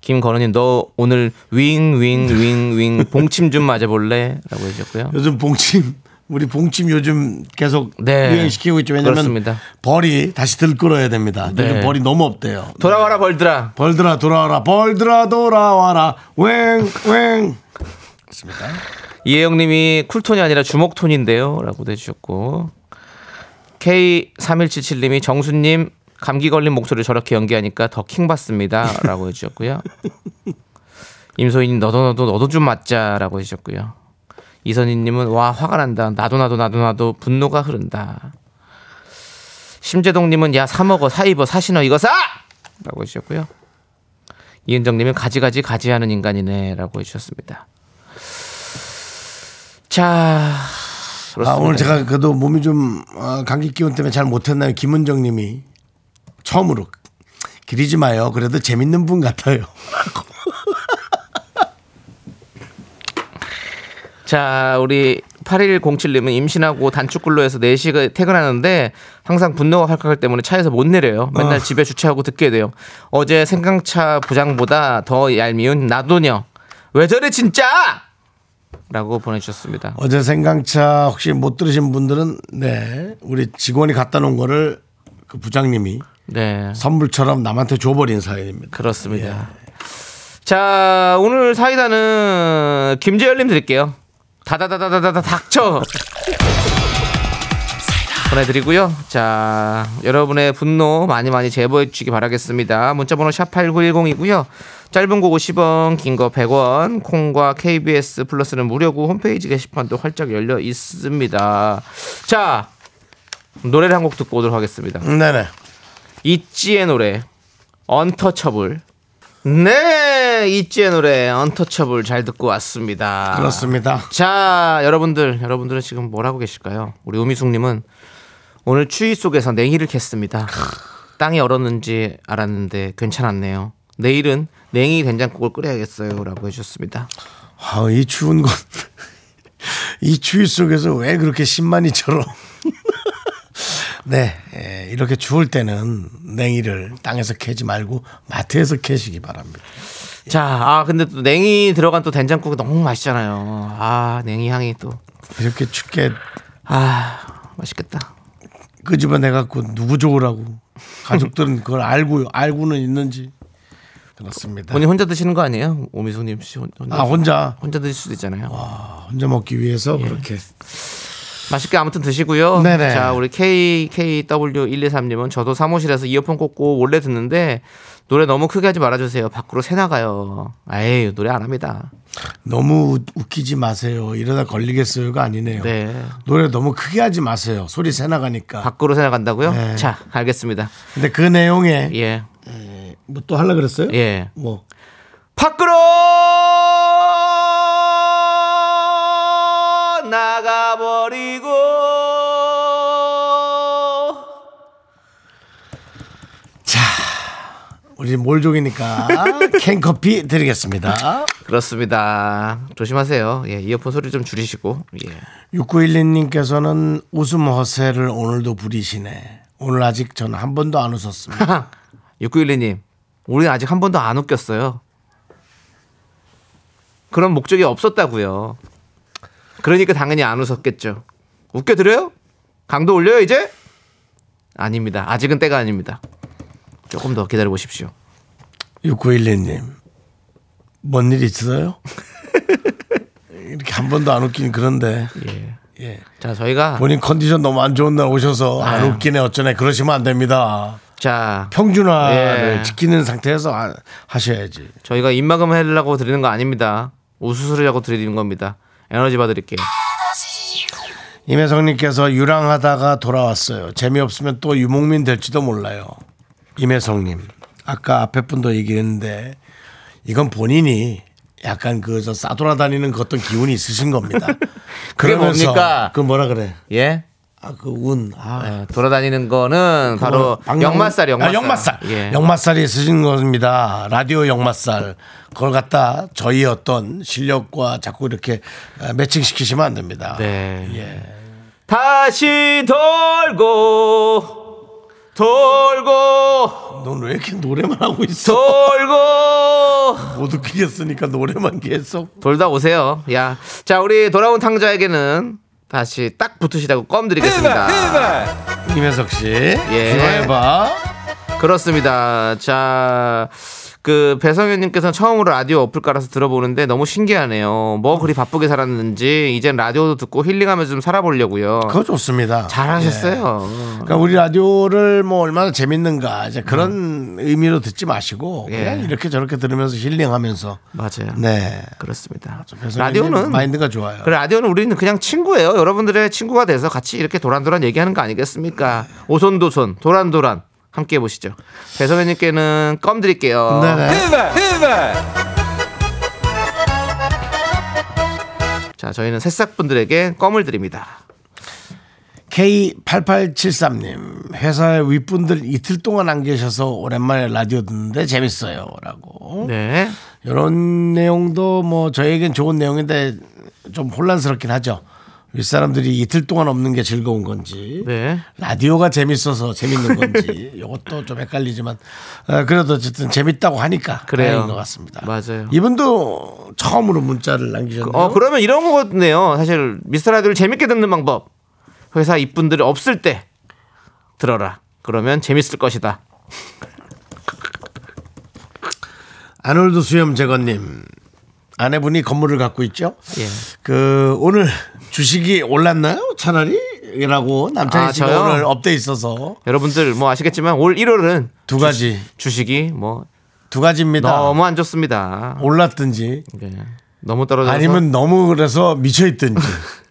S3: 김건우님 너 오늘 윙 윙 윙 윙 봉침 좀 맞아볼래?라고 해주셨고요.
S2: 요즘 봉침 우리 봉침 요즘 계속
S3: 네.
S2: 유행시키고 있죠 왜냐면
S3: 그렇습니다.
S2: 벌이 다시 들끓어야 됩니다
S3: 네.
S2: 요즘 벌이 너무 없대요
S3: 돌아와라 벌들아.
S2: 벌들아 돌아와라 벌들아 돌아와라 웽웽
S3: 이혜영님이 쿨톤이 아니라 주먹톤인데요라고도 해주셨고 K3177님이 정수님 감기 걸린 목소리 저렇게 연기하니까 더 킹받습니다라고 해주셨고요 임소희님 너도 너도 너도 좀 맞자라고 해주셨고요 이선희님은 와 화가 난다 나도 나도 나도 나도 분노가 흐른다 심재동님은 야 사 먹어 사 입어 사 신어 이거 사라고 해주셨고요 이은정님은 가지가지 가지하는 인간이네라고 해주셨습니다. 자, 그렇습니다.
S2: 아 오늘 제가 그래도 몸이 좀 어, 감기 기운 때문에 잘 못했나요 김은정 님이 처음으로 기리지 마요 그래도 재밌는 분 같아요
S3: 자, 우리 8107님은 임신하고 단축근로해서 4시가 퇴근하는데 항상 분노가 칼칼할 때문에 차에서 못 내려요. 맨날 집에 주차하고 듣게 돼요. 어제 생강차 부장보다 더 얄미운 나도녀. 왜 저래 진짜? 라고 보내주셨습니다.
S2: 어제 생강차 혹시 못 들으신 분들은 네 우리 직원이 갖다 놓은 거를 그 부장님이
S3: 네.
S2: 선물처럼 남한테 줘버린 사연입니다.
S3: 그렇습니다. 예. 자, 오늘 사이다는 김재열님 드릴게요. 다다다다다다 닥쳐! 보내드리고요. 자, 여러분의 분노 많이 많이 제보해 주시기 바라겠습니다. 문자번호 샵8910이고요. 짧은 거 50원, 긴 거 100원, 콩과 KBS 플러스는 무료고 홈페이지 게시판도 활짝 열려 있습니다. 자, 노래를 한 곡 듣고 오도록 하겠습니다.
S2: 네네.
S3: 있지의 노래 언터처블. 네, 있지의 노래 언터처블 잘 듣고 왔습니다.
S2: 그렇습니다.
S3: 자, 여러분들, 여러분들은 지금 뭘 하고 계실까요? 우리 우미숙님은 오늘 추위 속에서 냉이를 캤습니다. 땅이 얼었는지 알았는데 괜찮았네요. 내일은 냉이 된장국을 끓여야겠어요라고 해주셨습니다.
S2: 아, 이 추운 건, 이 추위 속에서 왜 그렇게 십만이처럼. 네, 예, 이렇게 추울 때는 냉이를 땅에서 캐지 말고 마트에서 캐시기 바랍니다.
S3: 자, 아 근데 또 냉이 들어간 또 된장국이 너무 맛있잖아요. 아 냉이 향이
S2: 이렇게 춥게
S3: 또 아 맛있겠다.
S2: 끄집어내갖고 누구 좋으라고. 가족들은 그걸 알고, 알고는 있는지. 그렇습니다.
S3: 본인 혼자 드시는 거 아니에요? 오미숙님 씨 혼- 혼자
S2: 네. 아, 혼자,
S3: 혼자 드실 수도 있잖아요.
S2: 혼자 먹기 위해서
S3: 예.
S2: 그렇게.
S3: 맛있게 아무튼 드시고요.
S2: 네네.
S3: 자, 우리 KKW123님은 저도 사무실에서 이어폰 꽂고 몰래 듣는데 노래 너무 크게 하지 말아주세요. 밖으로 새 나가요. 아유 노래 안 합니다.
S2: 너무 웃기지 마세요. 이러다 걸리겠어요가 아니네요.
S3: 네.
S2: 노래 너무 크게 하지 마세요. 소리 새 나가니까.
S3: 밖으로 새 나간다고요?
S2: 네.
S3: 자, 알겠습니다.
S2: 근데 그 내용에
S3: 예,
S2: 뭐 또 하려 그랬어요?
S3: 예.
S2: 뭐
S3: 밖으로 나가버리고
S2: 우리 몰족이니까 캔커피 드리겠습니다.
S3: 그렇습니다. 조심하세요. 예, 이어폰 소리 좀 줄이시고. 예.
S2: 6912님께서는 웃음 허세를 오늘도 부리시네. 오늘 아직 저는 한 번도 안 웃었습니다.
S3: 6912님, 우리는 아직 한 번도 안 웃겼어요. 그런 목적이 없었다고요. 그러니까 당연히 안 웃었겠죠. 웃겨드려요? 강도 올려요 이제? 아닙니다. 아직은 때가 아닙니다. 조금 더 기다려 보십시오.
S2: 6912님, 뭔 일 있어요? 이렇게 한 번도 안 웃긴 그런데
S3: 예.
S2: 예.
S3: 자 저희가
S2: 본인 컨디션 너무 안 좋은 날 오셔서 안
S3: 아유.
S2: 웃기네 어쩌네 그러시면 안 됩니다.
S3: 자
S2: 평준화를
S3: 예.
S2: 지키는 상태에서 하- 하셔야지.
S3: 저희가 입막음 하려고 드리는 거 아닙니다. 웃으려고 드리는 겁니다. 에너지 받을게요.
S2: 임혜성님께서 유랑하다가 돌아왔어요. 재미없으면 또 유목민 될지도 몰라요. 임혜성님, 아까 앞에 분도 얘기했는데 이건 본인이 약간 그 저 싸돌아다니는 그 어떤 기운이 있으신 겁니다.
S3: 그게
S2: 그러면서
S3: 뭡니까?
S2: 그 뭐라 그래?
S3: 예.
S2: 아 그 운. 아.
S3: 예, 돌아다니는 거는 바로
S2: 방금-
S3: 역마살,
S2: 아,
S3: 역마살.
S2: 역맛살.
S3: 예.
S2: 역맛살이 있으신 겁니다. 라디오 역맛살. 그걸 갖다 저희 어떤 실력과 자꾸 이렇게 아, 매칭시키시면 안 됩니다.
S3: 네.
S2: 예.
S3: 다시 돌고 돌고
S2: 넌 왜 이렇게 노래만 하고 있어?
S3: 돌고
S2: 못 웃기겠으니까 노래만 계속.
S3: 돌다 오세요. 야, 자 우리 돌아온 탕자에게는 다시 딱 붙으시라고 껌 드리겠습니다.
S2: 김혜석 씨. 예. 이봐해봐.
S3: 그렇습니다. 자. 그 배성현님께서 는 처음으로 라디오 어플 깔아서 들어보는데 너무 신기하네요. 뭐 그리 바쁘게 살았는지 이젠 라디오도 듣고 힐링하면서 좀 살아보려고요.
S2: 그거 좋습니다.
S3: 잘하셨어요.
S2: 예. 그러니까 우리 라디오를 뭐 얼마나 재밌는가 이제 그런 의미로 듣지 마시고
S3: 음. 예.
S2: 그냥 이렇게 저렇게 들으면서 힐링하면서
S3: 맞아요.
S2: 네
S3: 그렇습니다.
S2: 배성현님
S3: 라디오는
S2: 마인드가 좋아요.
S3: 그 라디오는 우리는 그냥 친구예요. 여러분들의 친구가 돼서 같이 이렇게 도란도란 얘기하는 거
S2: 네.
S3: 아니겠습니까? 오손도손 도란도란 함께 보시죠. 배성현님께는 껌 드릴게요.
S2: 네네.
S3: 어. 자, 저희는 새싹분들에게 껌을 드립니다.
S2: K8873님 회사에 윗분들 이틀 동안 안 계셔서 오랜만에 라디오 듣는데 재밌어요라고.
S3: 네.
S2: 이런 내용도 뭐 저에겐 좋은 내용인데 좀 혼란스럽긴 하죠. 윗사람들이 이틀 동안 없는 게 즐거운 건지
S3: 네.
S2: 라디오가 재밌어서 재밌는 건지 이것도 좀 헷갈리지만 어, 그래도 어쨌든 재밌다고 하니까
S3: 그래요.
S2: 다행인 것 같습니다.
S3: 맞아요.
S2: 이분도 처음으로 문자를 남기셨네요.
S3: 어, 그러면 이런 거거든요. 사실 미스터 라디오를 재밌게 듣는 방법. 회사 이분들이 없을 때 들어라. 그러면 재밌을 것이다.
S2: 아놀드 수염 제거님 아내분이 건물을 갖고 있죠.
S3: 예.
S2: 그 오늘 주식이 올랐나요? 차라리 이라고 남창희
S3: 아,
S2: 씨가
S3: 저요?
S2: 오늘 업돼 있어서
S3: 여러분들 뭐 아시겠지만 올 1월은
S2: 두 가지 아.
S3: 주식이 뭐
S2: 두 가지입니다.
S3: 너무 안 좋습니다.
S2: 올랐든지
S3: 네. 너무 떨어져서
S2: 아니면 너무 그래서 미쳐 있든지.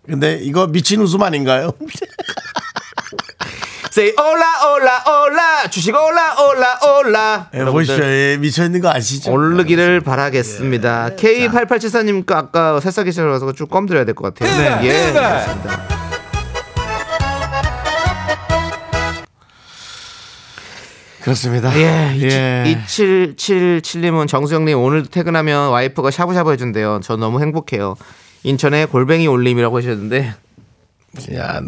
S2: 근데 이거 미친 웃음 아닌가요?
S3: Say 올라 올라 올라 주식 올라 올라 올라
S2: 예, 보시죠. 네, 예, 미쳐있는 거 아시죠?
S3: 오르기를
S2: 네,
S3: 바라겠습니다. K8874님 거 아까 새싹이 시절라서 쭉 껌드려야 될 것 같아요. 네. 예. 알겠습니다.
S2: 그렇습니다.
S3: 예,
S2: 예.
S3: 2777님은 정수영님 오늘 퇴근하면 와이프가 샤브샤브 해준대요. 저 너무 행복해요. 인천의 골뱅이 올림이라고 하셨는데
S2: 야,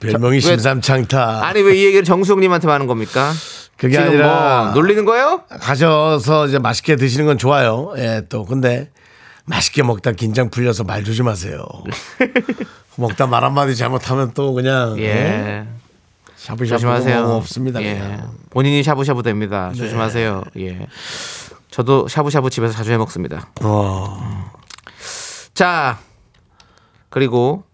S2: 별명이
S3: 자, 왜-
S2: 심삼창타.
S3: 아니 왜 이 얘기를 정수영님한테만 하는 겁니까?
S2: 그게
S3: 지금
S2: 아니라-
S3: 뭐 놀리는 거예요?
S2: 가셔서 이제 맛있게 드시는 건 좋아요. 예, 또 근데 맛있게 먹다 긴장 풀려서 말 조심하세요. 먹다 말 한마디 잘못하면 또 그냥 예.
S3: 예.
S2: 샤브샤브
S3: 조심하세요.
S2: 없습니다.
S3: 예.
S2: 그냥. 네.
S3: 본인이 샤브샤브 됩니다. 조심하세요. 예. 저도 샤브샤브 집에서 자주 해 먹습니다.
S2: 어,
S3: 자 그리고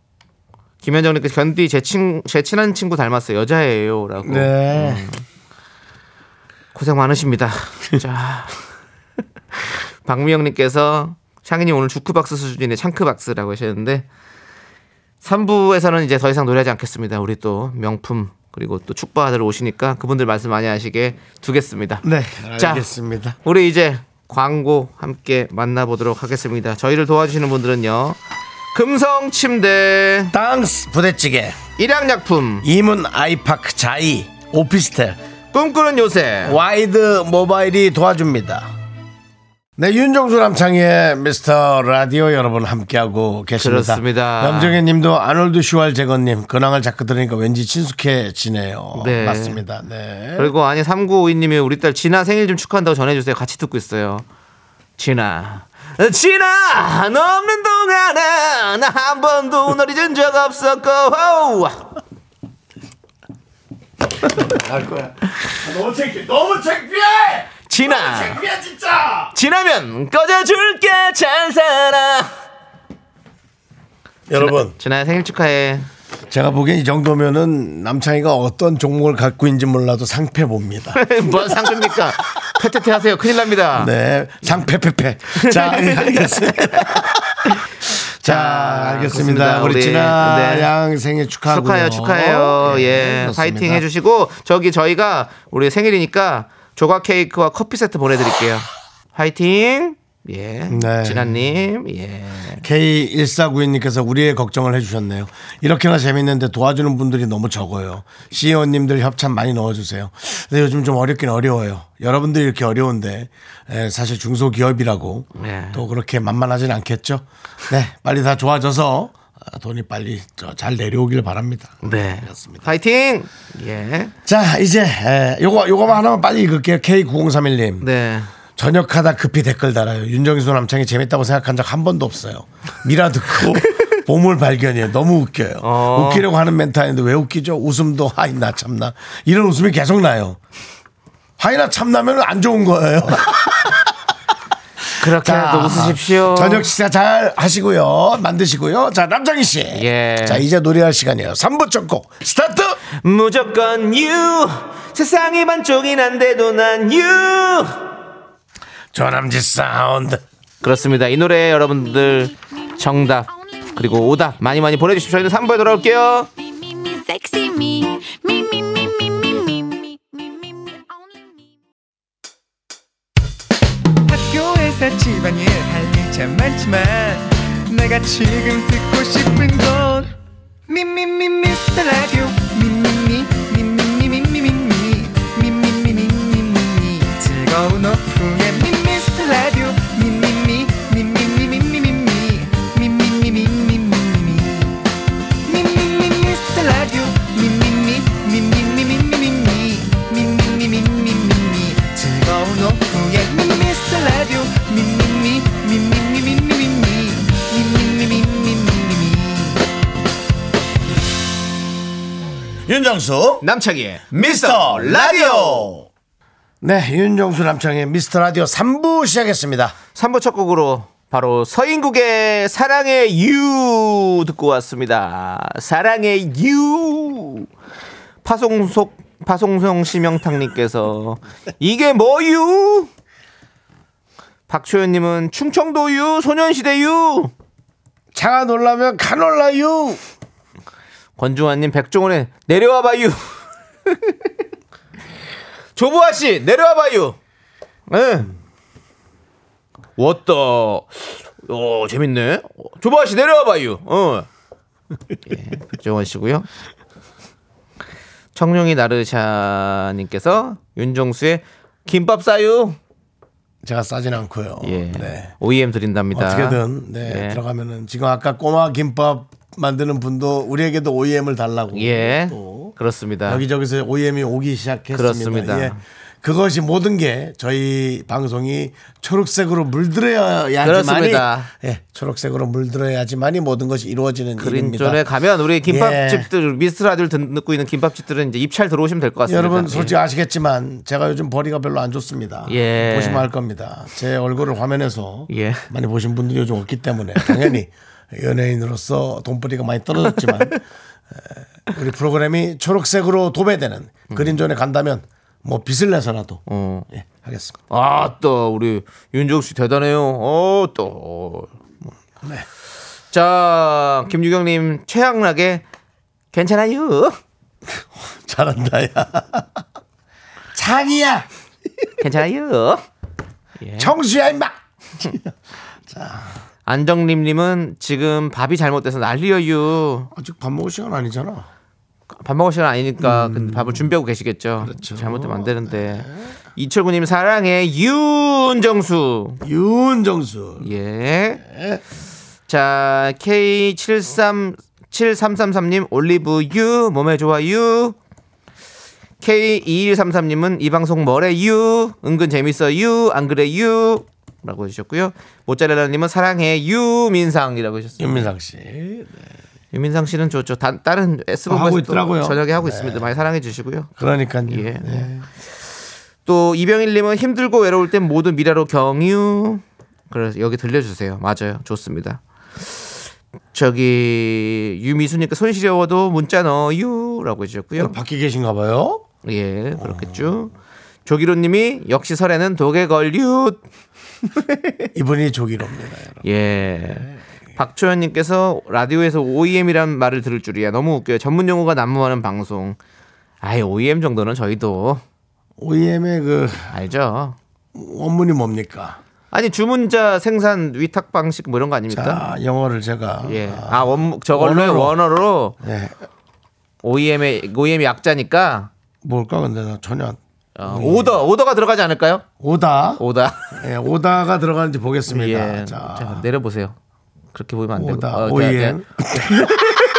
S3: 김현정님께서 견디 제, 친, 제 친한 친구 닮았어요 여자예요라고
S2: 네.
S3: 고생 많으십니다. 자 박미영님께서 창희님 오늘 주크박스 수준의 창크박스라고 하셨는데 3부에서는 이제 더 이상 노래하지 않겠습니다. 우리 또 명품 그리고 또 축바들 오시니까 그분들 말씀 많이 하시게 두겠습니다.
S2: 네.
S3: 자.
S2: 알겠습니다.
S3: 우리 이제 광고 함께 만나보도록 하겠습니다. 저희를 도와주시는 분들은요. 금성 침대,
S2: 땅스 부대찌개,
S3: 일양약품,
S2: 이문 아이파크 자이, 오피스텔,
S3: 꿈꾸는 요새.
S2: 와이드 모바일이 도와줍니다. 네, 윤정수 남창희의 미스터 라디오 여러분 함께하고 계십니다.
S3: 그렇습니다.
S2: 남정혜 님도 아놀드 슈왈 제거님 근황을 자꾸 들으니까 왠지 친숙해지네요.
S3: 네.
S2: 맞습니다. 네.
S3: 그리고 아니 3952님이 우리 딸 진아 생일 좀 축하한다고 전해주세요. 같이 듣고 있어요. 진아. 진아 너 없는 동안에 나 한 번도 널 잊은 적 없었고 호우.
S2: 너무 창피해. 너무 창피해.
S3: 진아
S2: 창피해 진짜.
S3: 진아면 꺼져줄게 잘 살아
S2: 여러분,
S3: 진아야 생일 축하해
S2: 제가 보기엔 이 정도면은 남창희가 어떤 종목을 갖고 있는지 몰라도 상패 봅니다.
S3: 뭔 상급입니까? 패퇴퇴 하세요. 큰일 납니다.
S2: 네, 상패패패. 자, 예, 알겠습니다. 자,
S3: 그렇습니다.
S2: 알겠습니다. 우리
S3: 우리,
S2: 진아
S3: 네.
S2: 양 생일 축하하고요.
S3: 축하해요, 축하해요. 예,
S2: 그렇습니다.
S3: 파이팅 해주시고 저기 저희가 우리 생일이니까 조각 케이크와 커피 세트 보내드릴게요. 파이팅. 예,
S2: 네.
S3: 진아님. 예,
S2: K1492님께서 우리의 걱정을 해주셨네요. 이렇게나 재밌는데 도와주는 분들이 너무 적어요. CEO님들 협찬 많이 넣어주세요. 근데 요즘 좀 어렵긴 어려워요. 여러분들이 이렇게 어려운데, 에, 사실 중소기업이라고
S3: 네.
S2: 또 그렇게 만만하진 않겠죠. 네, 빨리 다 좋아져서 아, 돈이 빨리 저잘 내려오길 바랍니다.
S3: 네, 파이팅. 예,
S2: 자 이제 에, 요거 요거만 하나만 빨리 읽을게요 K9031님
S3: 네.
S2: 저녁하다 급히 댓글 달아요 윤정수 남창이 재밌다고 생각한 적 한 번도 없어요 미라 듣고 보물 발견이에요 너무 웃겨요
S3: 어.
S2: 웃기려고 하는 멘트 아닌데 왜 웃기죠 웃음도 하이 나 참나 이런 웃음이 계속 나요 하이 나 참나면 안 좋은 거예요
S3: 그렇게라도 웃으십시오.
S2: 저녁 식사 잘 하시고요 만드시고요 자 남창희 씨자
S3: 예.
S2: 이제 노래할 시간이에요 3부 첫 곡 스타트
S3: 무조건 you. 세상이 반쪽이 난데도 난 you.
S2: 조남지 사운드
S3: 그렇습니다. 이 노래 여러분들 정답 그리고 오답 많이 많이 보내주십시오. 저희는 3부에 돌아올게요.
S6: Me, me, me, sexy me. Me, me, me, me, me, me, me, me, me, me, only me.
S7: 학교에서 집안일 할 일 참 많지만 내가 지금 듣고 싶은 건 미미미 미스터 라디오 미미미 미미미미미미 미미미미미미 즐거운 오후에 미스터 라디오 미미미 미미미미미미 미미미미미미미 미미미 미스터 라디오 미미미 미미미미미미 미미미미미미 즐거운 오후에 미스터 라디오 미미미 미미미미미미 미미미미미미미
S2: 윤정수
S3: 남창희의
S2: 미스터 라디오. 네, 윤정수 남창의 미스터 라디오 3부 시작했습니다.
S3: 3부 첫 곡으로 바로 서인국의 사랑의 유 듣고 왔습니다. 사랑의 유 파송속 파송송 심영탁님께서 이게 뭐유? 박초연님은 충청도유 소년시대유
S2: 차가 놀라면 카놀라유.
S3: 권중환님 백종원의 내려와봐유 조보아 씨 내려와봐요. 예. 왔다. 어 재밌네. 어, 조보아 씨 내려와봐요. 어. 예, 박정원 씨고요. 청룡이 나르샤님께서 윤종수의 김밥 싸유.
S2: 제가 싸진 않고요.
S3: 예.
S2: 네.
S3: OEM 드린답니다.
S2: 어떻게든 네,
S3: 예.
S2: 들어가면은 지금 아까 꼬마 김밥 만드는 분도 우리에게도 OEM을 달라고
S3: 예.
S2: 또
S3: 그렇습니다.
S2: 여기저기서 OEM이 오기 시작했습니다.
S3: 그렇습니다.
S2: 예. 그것이 모든 게 저희 방송이 초록색으로 물들어야지만이
S3: 그렇습니다.
S2: 예, 초록색으로 물들어야지만이 모든 것이 이루어지는 일입니다.
S3: 그린존에 가면 우리 김밥집들
S2: 예.
S3: 미스터 라디오 듣고 있는 김밥집들은 이제 입찰 들어오시면 될 것 같습니다.
S2: 여러분 솔직히 아시겠지만 제가 요즘 버리가 별로 안 좋습니다.
S3: 예.
S2: 보시면 알 겁니다. 제 얼굴을 화면에서
S3: 예.
S2: 많이 보신 분들이 요즘 없기 때문에 당연히 연예인으로서 돈벌이가 많이 떨어졌지만 에, 우리 프로그램이 초록색으로 도배되는 그린존에 간다면 뭐 빚을 내서라도
S3: 음. 어.
S2: 예, 하겠습니다.
S3: 아, 또 우리 윤종 씨 대단해요. 어, 또.
S2: 네.
S3: 자, 김유경 님 최악나게 괜찮아요.
S2: 잘한다야. 장이야.
S3: 괜찮아요. 예.
S2: 정수야 임마.
S3: 안정림 님은 지금 밥이 잘못돼서 난리여유.
S2: 아직 밥 먹을 시간 아니잖아.
S3: 밥 먹을
S2: 음.
S3: 시간 아니니까 근데 밥을 준비하고 계시겠죠.
S2: 그렇죠.
S3: 잘못되면 안
S2: 네.
S3: 되는데. 이철구 님 사랑해 윤정수.
S2: 윤정수.
S3: 예. 자, K73 7333님 올리브 유 몸에 좋아유. K2133님은 이 방송 뭐래 유 은근 재밌어 유안 그래 유라고 해주셨고요 모짜렐라님은 사랑해 유민상이라고 하셨어요
S2: 윤민상 씨. 네.
S3: 유민상 씨는 저저 다른 S
S2: 아, 하고
S3: 본부에서
S2: 있더라고요.
S3: 저녁에 하고 있습니다 많이 사랑해 주시고요
S2: 그러니까요.
S3: 예.
S2: 네.
S3: 또 이병일님은 힘들고 외로울 땐 모두 미라로 경유. 그래서 여기 들려주세요. 맞아요. 좋습니다. 저기 유미수니까 손시려워도 문자 넣어요라고 해주셨고요.
S2: 밖에 계신가 봐요.
S3: 예, 그렇겠죠. 조기로님이 역시 설에는 독에 걸류.
S2: 이분이 조기로입니다. 여러분.
S3: 예. 박초연님께서 라디오에서 OEM이란 말을 들을 줄이야. 너무 웃겨요. 전문 용어가 난무하는 방송. 아예 OEM 정도는 저희도
S2: OEM의 그
S3: 알죠.
S2: 원문이 뭡니까?
S3: 아니 주문자 생산 위탁 방식 뭐 이런 거 아닙니까?
S2: 자, 영어를 제가
S3: 예.
S2: 아,
S3: 아, 원, 저걸로
S2: 원어로.
S3: 원어로, 원어로 E
S2: 예.
S3: OEM의, OEM이 약자니까,
S2: 뭘까 근데 나 전혀 안-
S3: 어, 오더, 오더가 들어가지 않을까요?
S2: 오다
S3: 오다.
S2: 예, 오다가 들어가는지 보겠습니다.
S3: 예.
S2: 자, E
S3: 자, 내려보세요. 그렇게 보이면 안 되고.
S2: 오다
S3: 어, 자,
S2: OEM
S3: 자,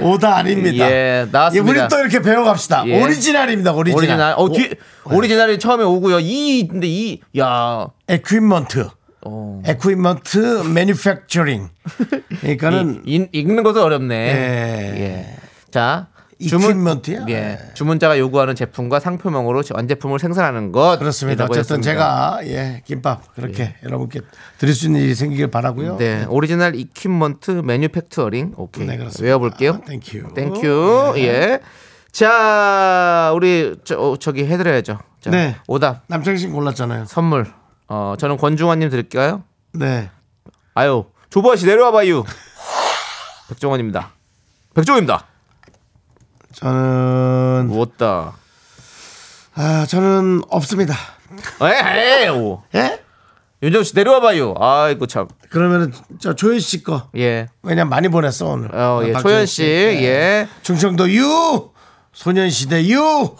S2: 오다 아닙니다.
S3: 예, 나왔습니다.
S2: 이분이 또 이렇게 배워갑시다.
S3: 예.
S2: 오리지널입니다. 오리지널. 네.
S3: 오리지널. 어, 뒤, 오리지널이 처음에 오고요. 이, 근데 이, 야.
S2: equipment,
S3: 어.
S2: equipment manufacturing. 그러니까는
S3: 읽, 읽는 것도 어렵네.
S2: 예.
S3: 예. 자.
S2: equipment이야? 네.
S3: 예. 주문자가 요구하는 제품과 상표명으로 완제품을 생산하는 것.
S2: 그렇습니다.
S3: 이라고
S2: 어쨌든
S3: 했습니다.
S2: 제가 예 김밥 그렇게 여러분께 드릴 수 있는 일이 생기길 바라고요.
S3: 네, 오리지널 이퀴먼트 매뉴팩처링. 오케이.
S2: 네, 그렇습니다.
S3: 외워볼게요.
S2: 땡큐.
S3: 땡큐. 예. 자, 우리 저, 어, 저기 해드려야죠. 자,
S2: 네.
S3: 오답
S2: 남창희 씨 골랐잖아요.
S3: 선물. 어, 저는 권중환님 드릴까요?
S2: 네.
S3: 아유, 조보아 씨 내려와봐요. 백종원입니다. 백종원입니다.
S2: 저는
S3: 웃다.
S2: 아 저는 없습니다.
S3: 에이, 오.
S2: 예?
S3: 윤정 씨 내려와봐요. 아이고 참.
S2: 그러면은 저 조현 씨 거.
S3: 예.
S2: 왜냐 면 많이 보냈어 오늘.
S3: 어, 예.
S2: 아, 박지현
S3: 초연 씨,
S2: 네.
S3: 예.
S2: 충청도 유 소년시대 유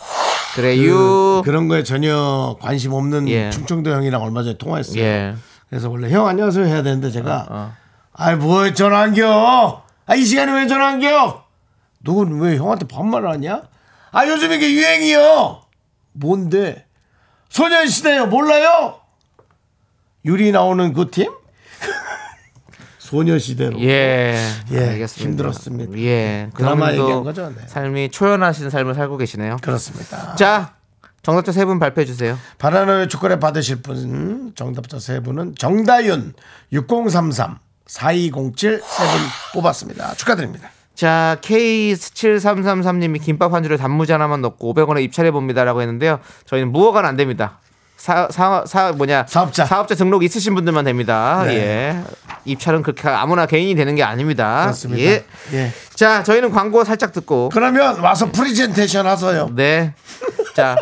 S3: 그래요.
S2: 그런 거에 전혀 관심 없는
S3: 어. 예.
S2: 충청도 형이랑 얼마 전에 통화했어요.
S3: 예.
S2: 그래서 원래 형 안녕하세요 해야 되는데 제가
S3: 어,
S2: 아이 뭐에 전화안겨 아이 시간에 왜 전화안겨 누군 왜 형한테 반말을 하냐 아 요즘 이게 유행이요 뭔데 소년시대요 몰라요 유리 나오는 그 팀? 소녀시대로
S3: 예,
S2: 예,
S3: 알겠습니다.
S2: 힘들었습니다.
S3: 예,
S2: 드라마
S3: 그나마
S2: 얘기한 거죠? 네.
S3: 삶이 초연하신 삶을 살고 계시네요.
S2: 그렇습니다
S3: 자, 정답자 세 분 발표해 주세요.
S2: 바나나의 초콜릿 받으실 분 정답자 세 분은 정다윤 6033 4207 세 분 뽑았습니다 축하드립니다
S3: 자, K7333님이 김밥 한 줄에 단무지 하나만 넣고 500원에 입찰해 봅니다라고 했는데요. 저희는 무허가는 안 됩니다. 사, 사, 사, 뭐냐.
S2: 사업자.
S3: 등록 있으신 분들만 됩니다.
S2: 네.
S3: 예. 입찰은 그렇게 아무나 개인이 되는 게 아닙니다.
S2: 그렇습니다.
S3: 예.
S2: 예.
S3: 자, 저희는 광고 살짝 듣고
S2: 그러면 와서 프리젠테이션 하세요.
S3: 네. 자,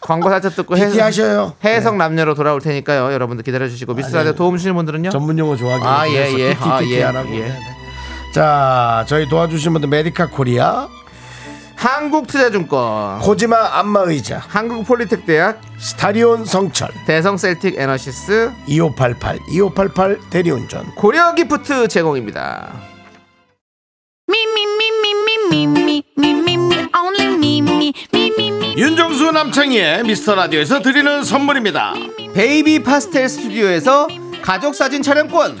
S3: 광고 살짝 듣고
S2: PT 하셔요.
S3: 뭐 해석 남녀로 돌아올 테니까요. 여러분들 기다려 주시고 미스 라디오 도움 주시는 분들은요.
S2: 전문 용어 좋아하기
S3: 아, 예,
S2: 위해서
S3: 예.
S2: PT,
S3: 아,
S2: PT
S3: 예,
S2: 하라고.
S3: 예.
S2: 네, 네. 자, 저희 도와주신 분들 메디카 코리아,
S3: 한국투자증권,
S2: 코지마 안마의자,
S3: 한국폴리텍대학,
S2: 스타리온 성철,
S3: 대성셀틱 에너시스,
S2: 2588, 2588 대리운전,
S3: 고려기프트 제공입니다.
S6: Me, me, me, me, me, me, me, me, me, me, only me, me, me, me, me.
S2: 윤정수 남창희의 미스터 라디오에서 드리는 선물입니다.
S3: 베이비 파스텔 스튜디오에서 가족 사진 촬영권,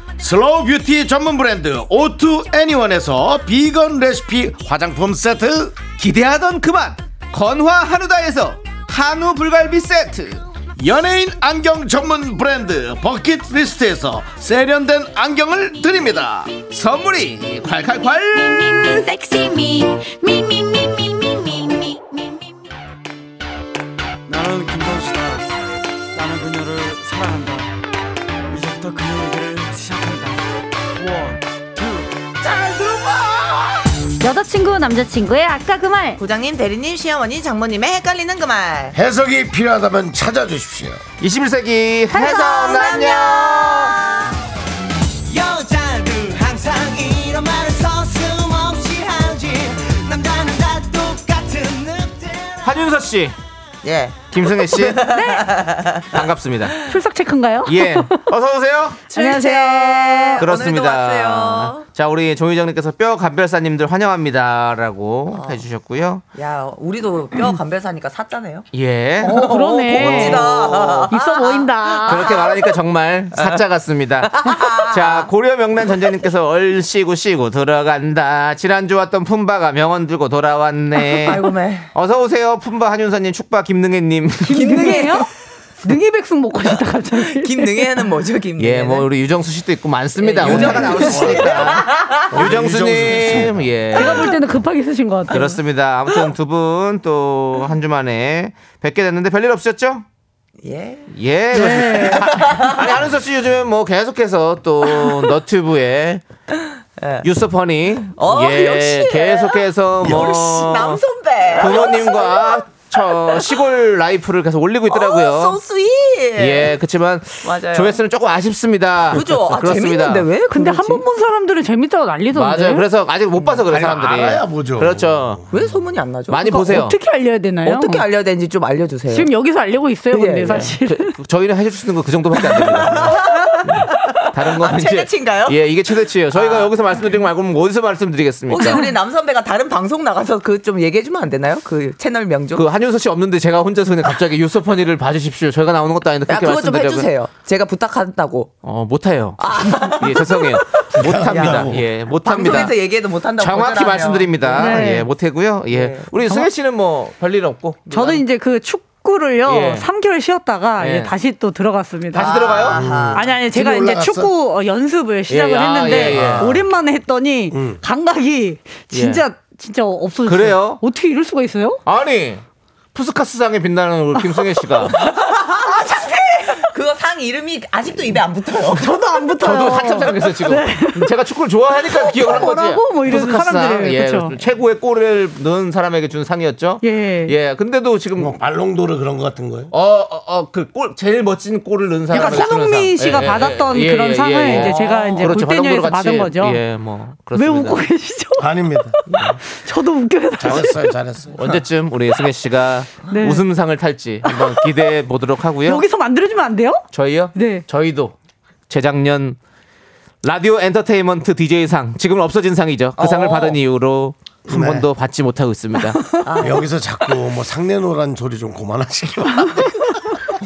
S2: 슬로우 뷰티 전문 브랜드 오투 애니원에서 비건 레시피 화장품 세트
S3: 기대하던 그만 건화 한우다에서 한우 불갈비 세트.
S2: 연예인 안경 전문 브랜드 버킷리스트에서 세련된 안경을 드립니다
S3: 선물이 콸콸콸
S6: Sexy me, me, me, me, me, me, me, me, me, me.
S8: 나는 김선수다. 나는 그녀를 사랑한다. 이제부터 그녀에게 시작한다. 원, 투.
S9: 여자친구 남자친구의 아까 그 말
S5: 부장님, 대리님, 시어머니, 장모님의 헷갈리는 그 말.
S2: 해석이 필요하다면 찾아주십시오
S3: 21세기 해성 남녀
S5: 여자들 항상 이런 말을 서슴없이 하지. 남자는 다 똑같은 늑대라.
S3: 한윤서 씨
S10: 예.
S3: 김승혜 씨 반갑습니다
S9: 출석 체크인가요?
S3: 예 어서 오세요
S10: 안녕하세요.
S3: 그렇습니다
S10: 네, 오늘도 왔어요.
S3: 자 우리 정의장님께서 뼈 간별사님들 환영합니다라고
S10: 어.
S3: 해주셨고요
S10: 야, 우리도 뼈 간별사니까 샀잖아요.
S3: 예
S10: 어,
S9: 그러네.
S10: 멋지다.
S9: 있어 보인다.
S3: 그렇게 말하니까 정말 사자 같습니다. 자, 고려 명란 전자님께서 얼씨구 씨구 들어간다. 지난주 왔던 품바가 명언 들고 돌아왔네.
S10: 아이고매.
S3: 어서 오세요. 품바 한윤서님, 축바 김능혜님.
S9: 김능이에요? 능이 백숙 먹고 싶다 갑자기.
S10: 김능애는 뭐죠, 김능애?
S3: 예, 뭐 우리 유정수 씨도 있고 많습니다.
S10: 예,
S3: 오타가
S10: 유정수
S3: 나오시니까. 유정수님, 예.
S9: 제가 볼 때는 급하게 쓰신 것 같아요.
S3: 그렇습니다. 아무튼 두 분 또 한 주 만에 뵙게 됐는데 별일 없으셨죠?
S10: 예.
S3: 예. 그렇습니다. 아, 아니 한은서 씨 요즘 뭐 계속해서 또 너튜브에 유스퍼니
S10: 예. 어, 역시.
S3: 계속해서 뭐
S10: 역시 남선배.
S3: 부모님과 저 시골 라이프를 계속 올리고
S10: 어, so
S3: 있더라고요.
S10: sweet.
S3: 예, 그렇지만
S10: 맞아요.
S3: 조회수는 조금 아쉽습니다.
S10: 그죠? 아, 재밌는데 왜? 네?
S9: 근데
S10: 그러지?
S9: 한 번 본 사람들은 재밌다고 난리던데.
S3: 맞아요. 그래서 아직 못 봐서 그래
S2: 아니,
S3: 사람들이.
S2: 알아야 보죠.
S3: 그렇죠.
S10: 왜 소문이 안 나죠?
S3: 많이 뭐 보세요.
S9: 어떻게 알려야 되나요?
S10: 어떻게 알려야 되는지 좀 알려주세요.
S9: 지금 여기서 알리고 있어요,
S10: 예,
S9: 근데
S10: 예.
S9: 사실.
S3: 그- 저희는 해주시는 거 그 정도밖에 안 됩니다. 음. 다른 건
S10: 아,
S3: 이제-
S10: 최대치인가요? 아.
S3: 예, 이게 최대치예요. 저희가 여기서 말씀드리고 말고 그럼 어디서 말씀드리겠습니까?
S10: 혹시 우리 남선배가 다른 방송 나가서 그 좀 얘기해 주면 안 되나요? 그 채널 명 좀.
S3: 그 한윤서 씨 없는데 제가 혼자서 그냥 갑자기 유서펀이를 봐주십시오. 저희가 나오는 것도 아닌데
S10: 야,
S3: 그렇게
S10: 그거 좀
S3: 말씀드려요.
S10: 해주세요. 제가 부탁한다고.
S3: 어, 못해요. 예, 죄송해요. 못합니다. 예, 못합니다.
S10: 방송에서 얘기해도 못한다고.
S3: 정확히
S10: 거절하면.
S3: 말씀드립니다.
S9: 네.
S3: 예, 못해고요. 예,
S10: 네.
S3: 우리 승혜 씨는 뭐 별일 없고
S9: 저는 이제 그 축구를요,
S3: 예.
S9: 3개월 쉬었다가
S3: 예.
S9: 예, 다시 또 들어갔습니다.
S3: 다시 들어가요?
S10: 아하.
S9: 아니 아니 제가
S2: 팀이
S9: 이제
S2: 올라갔어?
S9: 축구 어, 연습을 시작을
S3: 음. 예, 아,
S9: 했는데
S3: 예, 예.
S9: 오랜만에 했더니 감각이 진짜 진짜 없어졌어요.
S3: 그래요?
S9: 어떻게 이럴 수가 있어요?
S3: 아니 푸스카스상에 빛나는 우리 김승혜 씨가
S10: 그거 상 이름이 아직도 입에 안 붙어요.
S9: 저도 안 붙어요. 네.
S3: 저도 한참 생각했어요 지금. 음, 제가 축구를 좋아하니까 기억을 한 거지.
S9: 뭐라고? 뭐 이런
S3: 푸스카스상,
S9: 사람들이에요.
S3: 예,
S9: 그쵸?
S3: 최고의 골을 넣은 사람에게 준 상이었죠.
S9: 예.
S3: 예, 근데도 지금 어,
S2: 뭐 발롱도르 그런 거 같은 거예요?
S3: 어어그골 제일 멋진 골을 넣은 사람. 예,
S9: 그러니까 손흥민 씨가 받았던 그런 상을 이제 제가 이제
S3: 그렇죠.
S9: 골대녀에서 받은 거죠.
S3: 예, 뭐
S9: 왜
S3: 그렇습니다.
S9: 웃고 계시죠?
S2: 어, 아닙니다
S9: 저도 웃겨요. 사실.
S2: 잘했어요 잘했어요
S3: 언제쯤 우리 승혜 씨가
S9: 네.
S3: 웃음상을 탈지 한번 기대해 보도록 하고요.
S9: 여기서 만들어주면 안 돼요?
S3: 저희요?
S9: 네.
S3: 저희도 재작년 라디오 엔터테인먼트 DJ상 지금은 없어진 상이죠. 그 상을 받은 이후로 한
S2: 네.
S3: 번도 받지 못하고 있습니다.
S2: 아, 여기서 자꾸 뭐 상내노란 소리 좀 그만하시기 바랍니다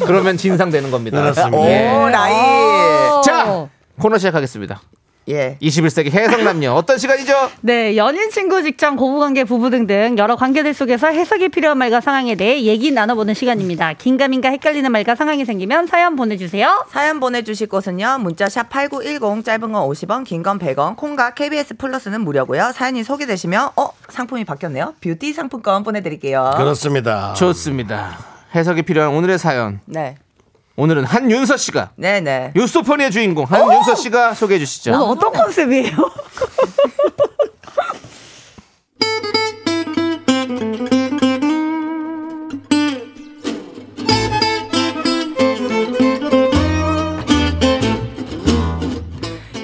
S3: 그러면 진상 되는 겁니다.
S2: 그렇습니다.
S3: 예.
S10: 오, 라이.
S3: 자 코너 시작하겠습니다.
S10: 예.
S3: 21세기 해석남녀 어떤 시간이죠?
S9: 네, 연인, 친구, 직장, 고부관계, 부부 등등 여러 관계들 속에서 해석이 필요한 말과 상황에 대해 얘기 나눠보는 시간입니다. 긴가민가 헷갈리는 말과 상황이 생기면 사연 보내주세요.
S10: 사연 보내주실 곳은요. 문자샵 8910 짧은 건 50원 긴 건 100원 콩과 KBS 플러스는 무료고요. 사연이 소개되시면 어? 상품이 바뀌었네요. 뷰티 상품권 보내드릴게요.
S2: 그렇습니다.
S3: 좋습니다. 해석이 필요한 오늘의 사연.
S10: 네.
S3: 오늘은 한윤서 씨가
S10: 네네.
S3: 뉴스토퍼니의 주인공 한윤서 씨가 소개해 주시죠.
S9: 오늘 어? 어떤 컨셉이에요?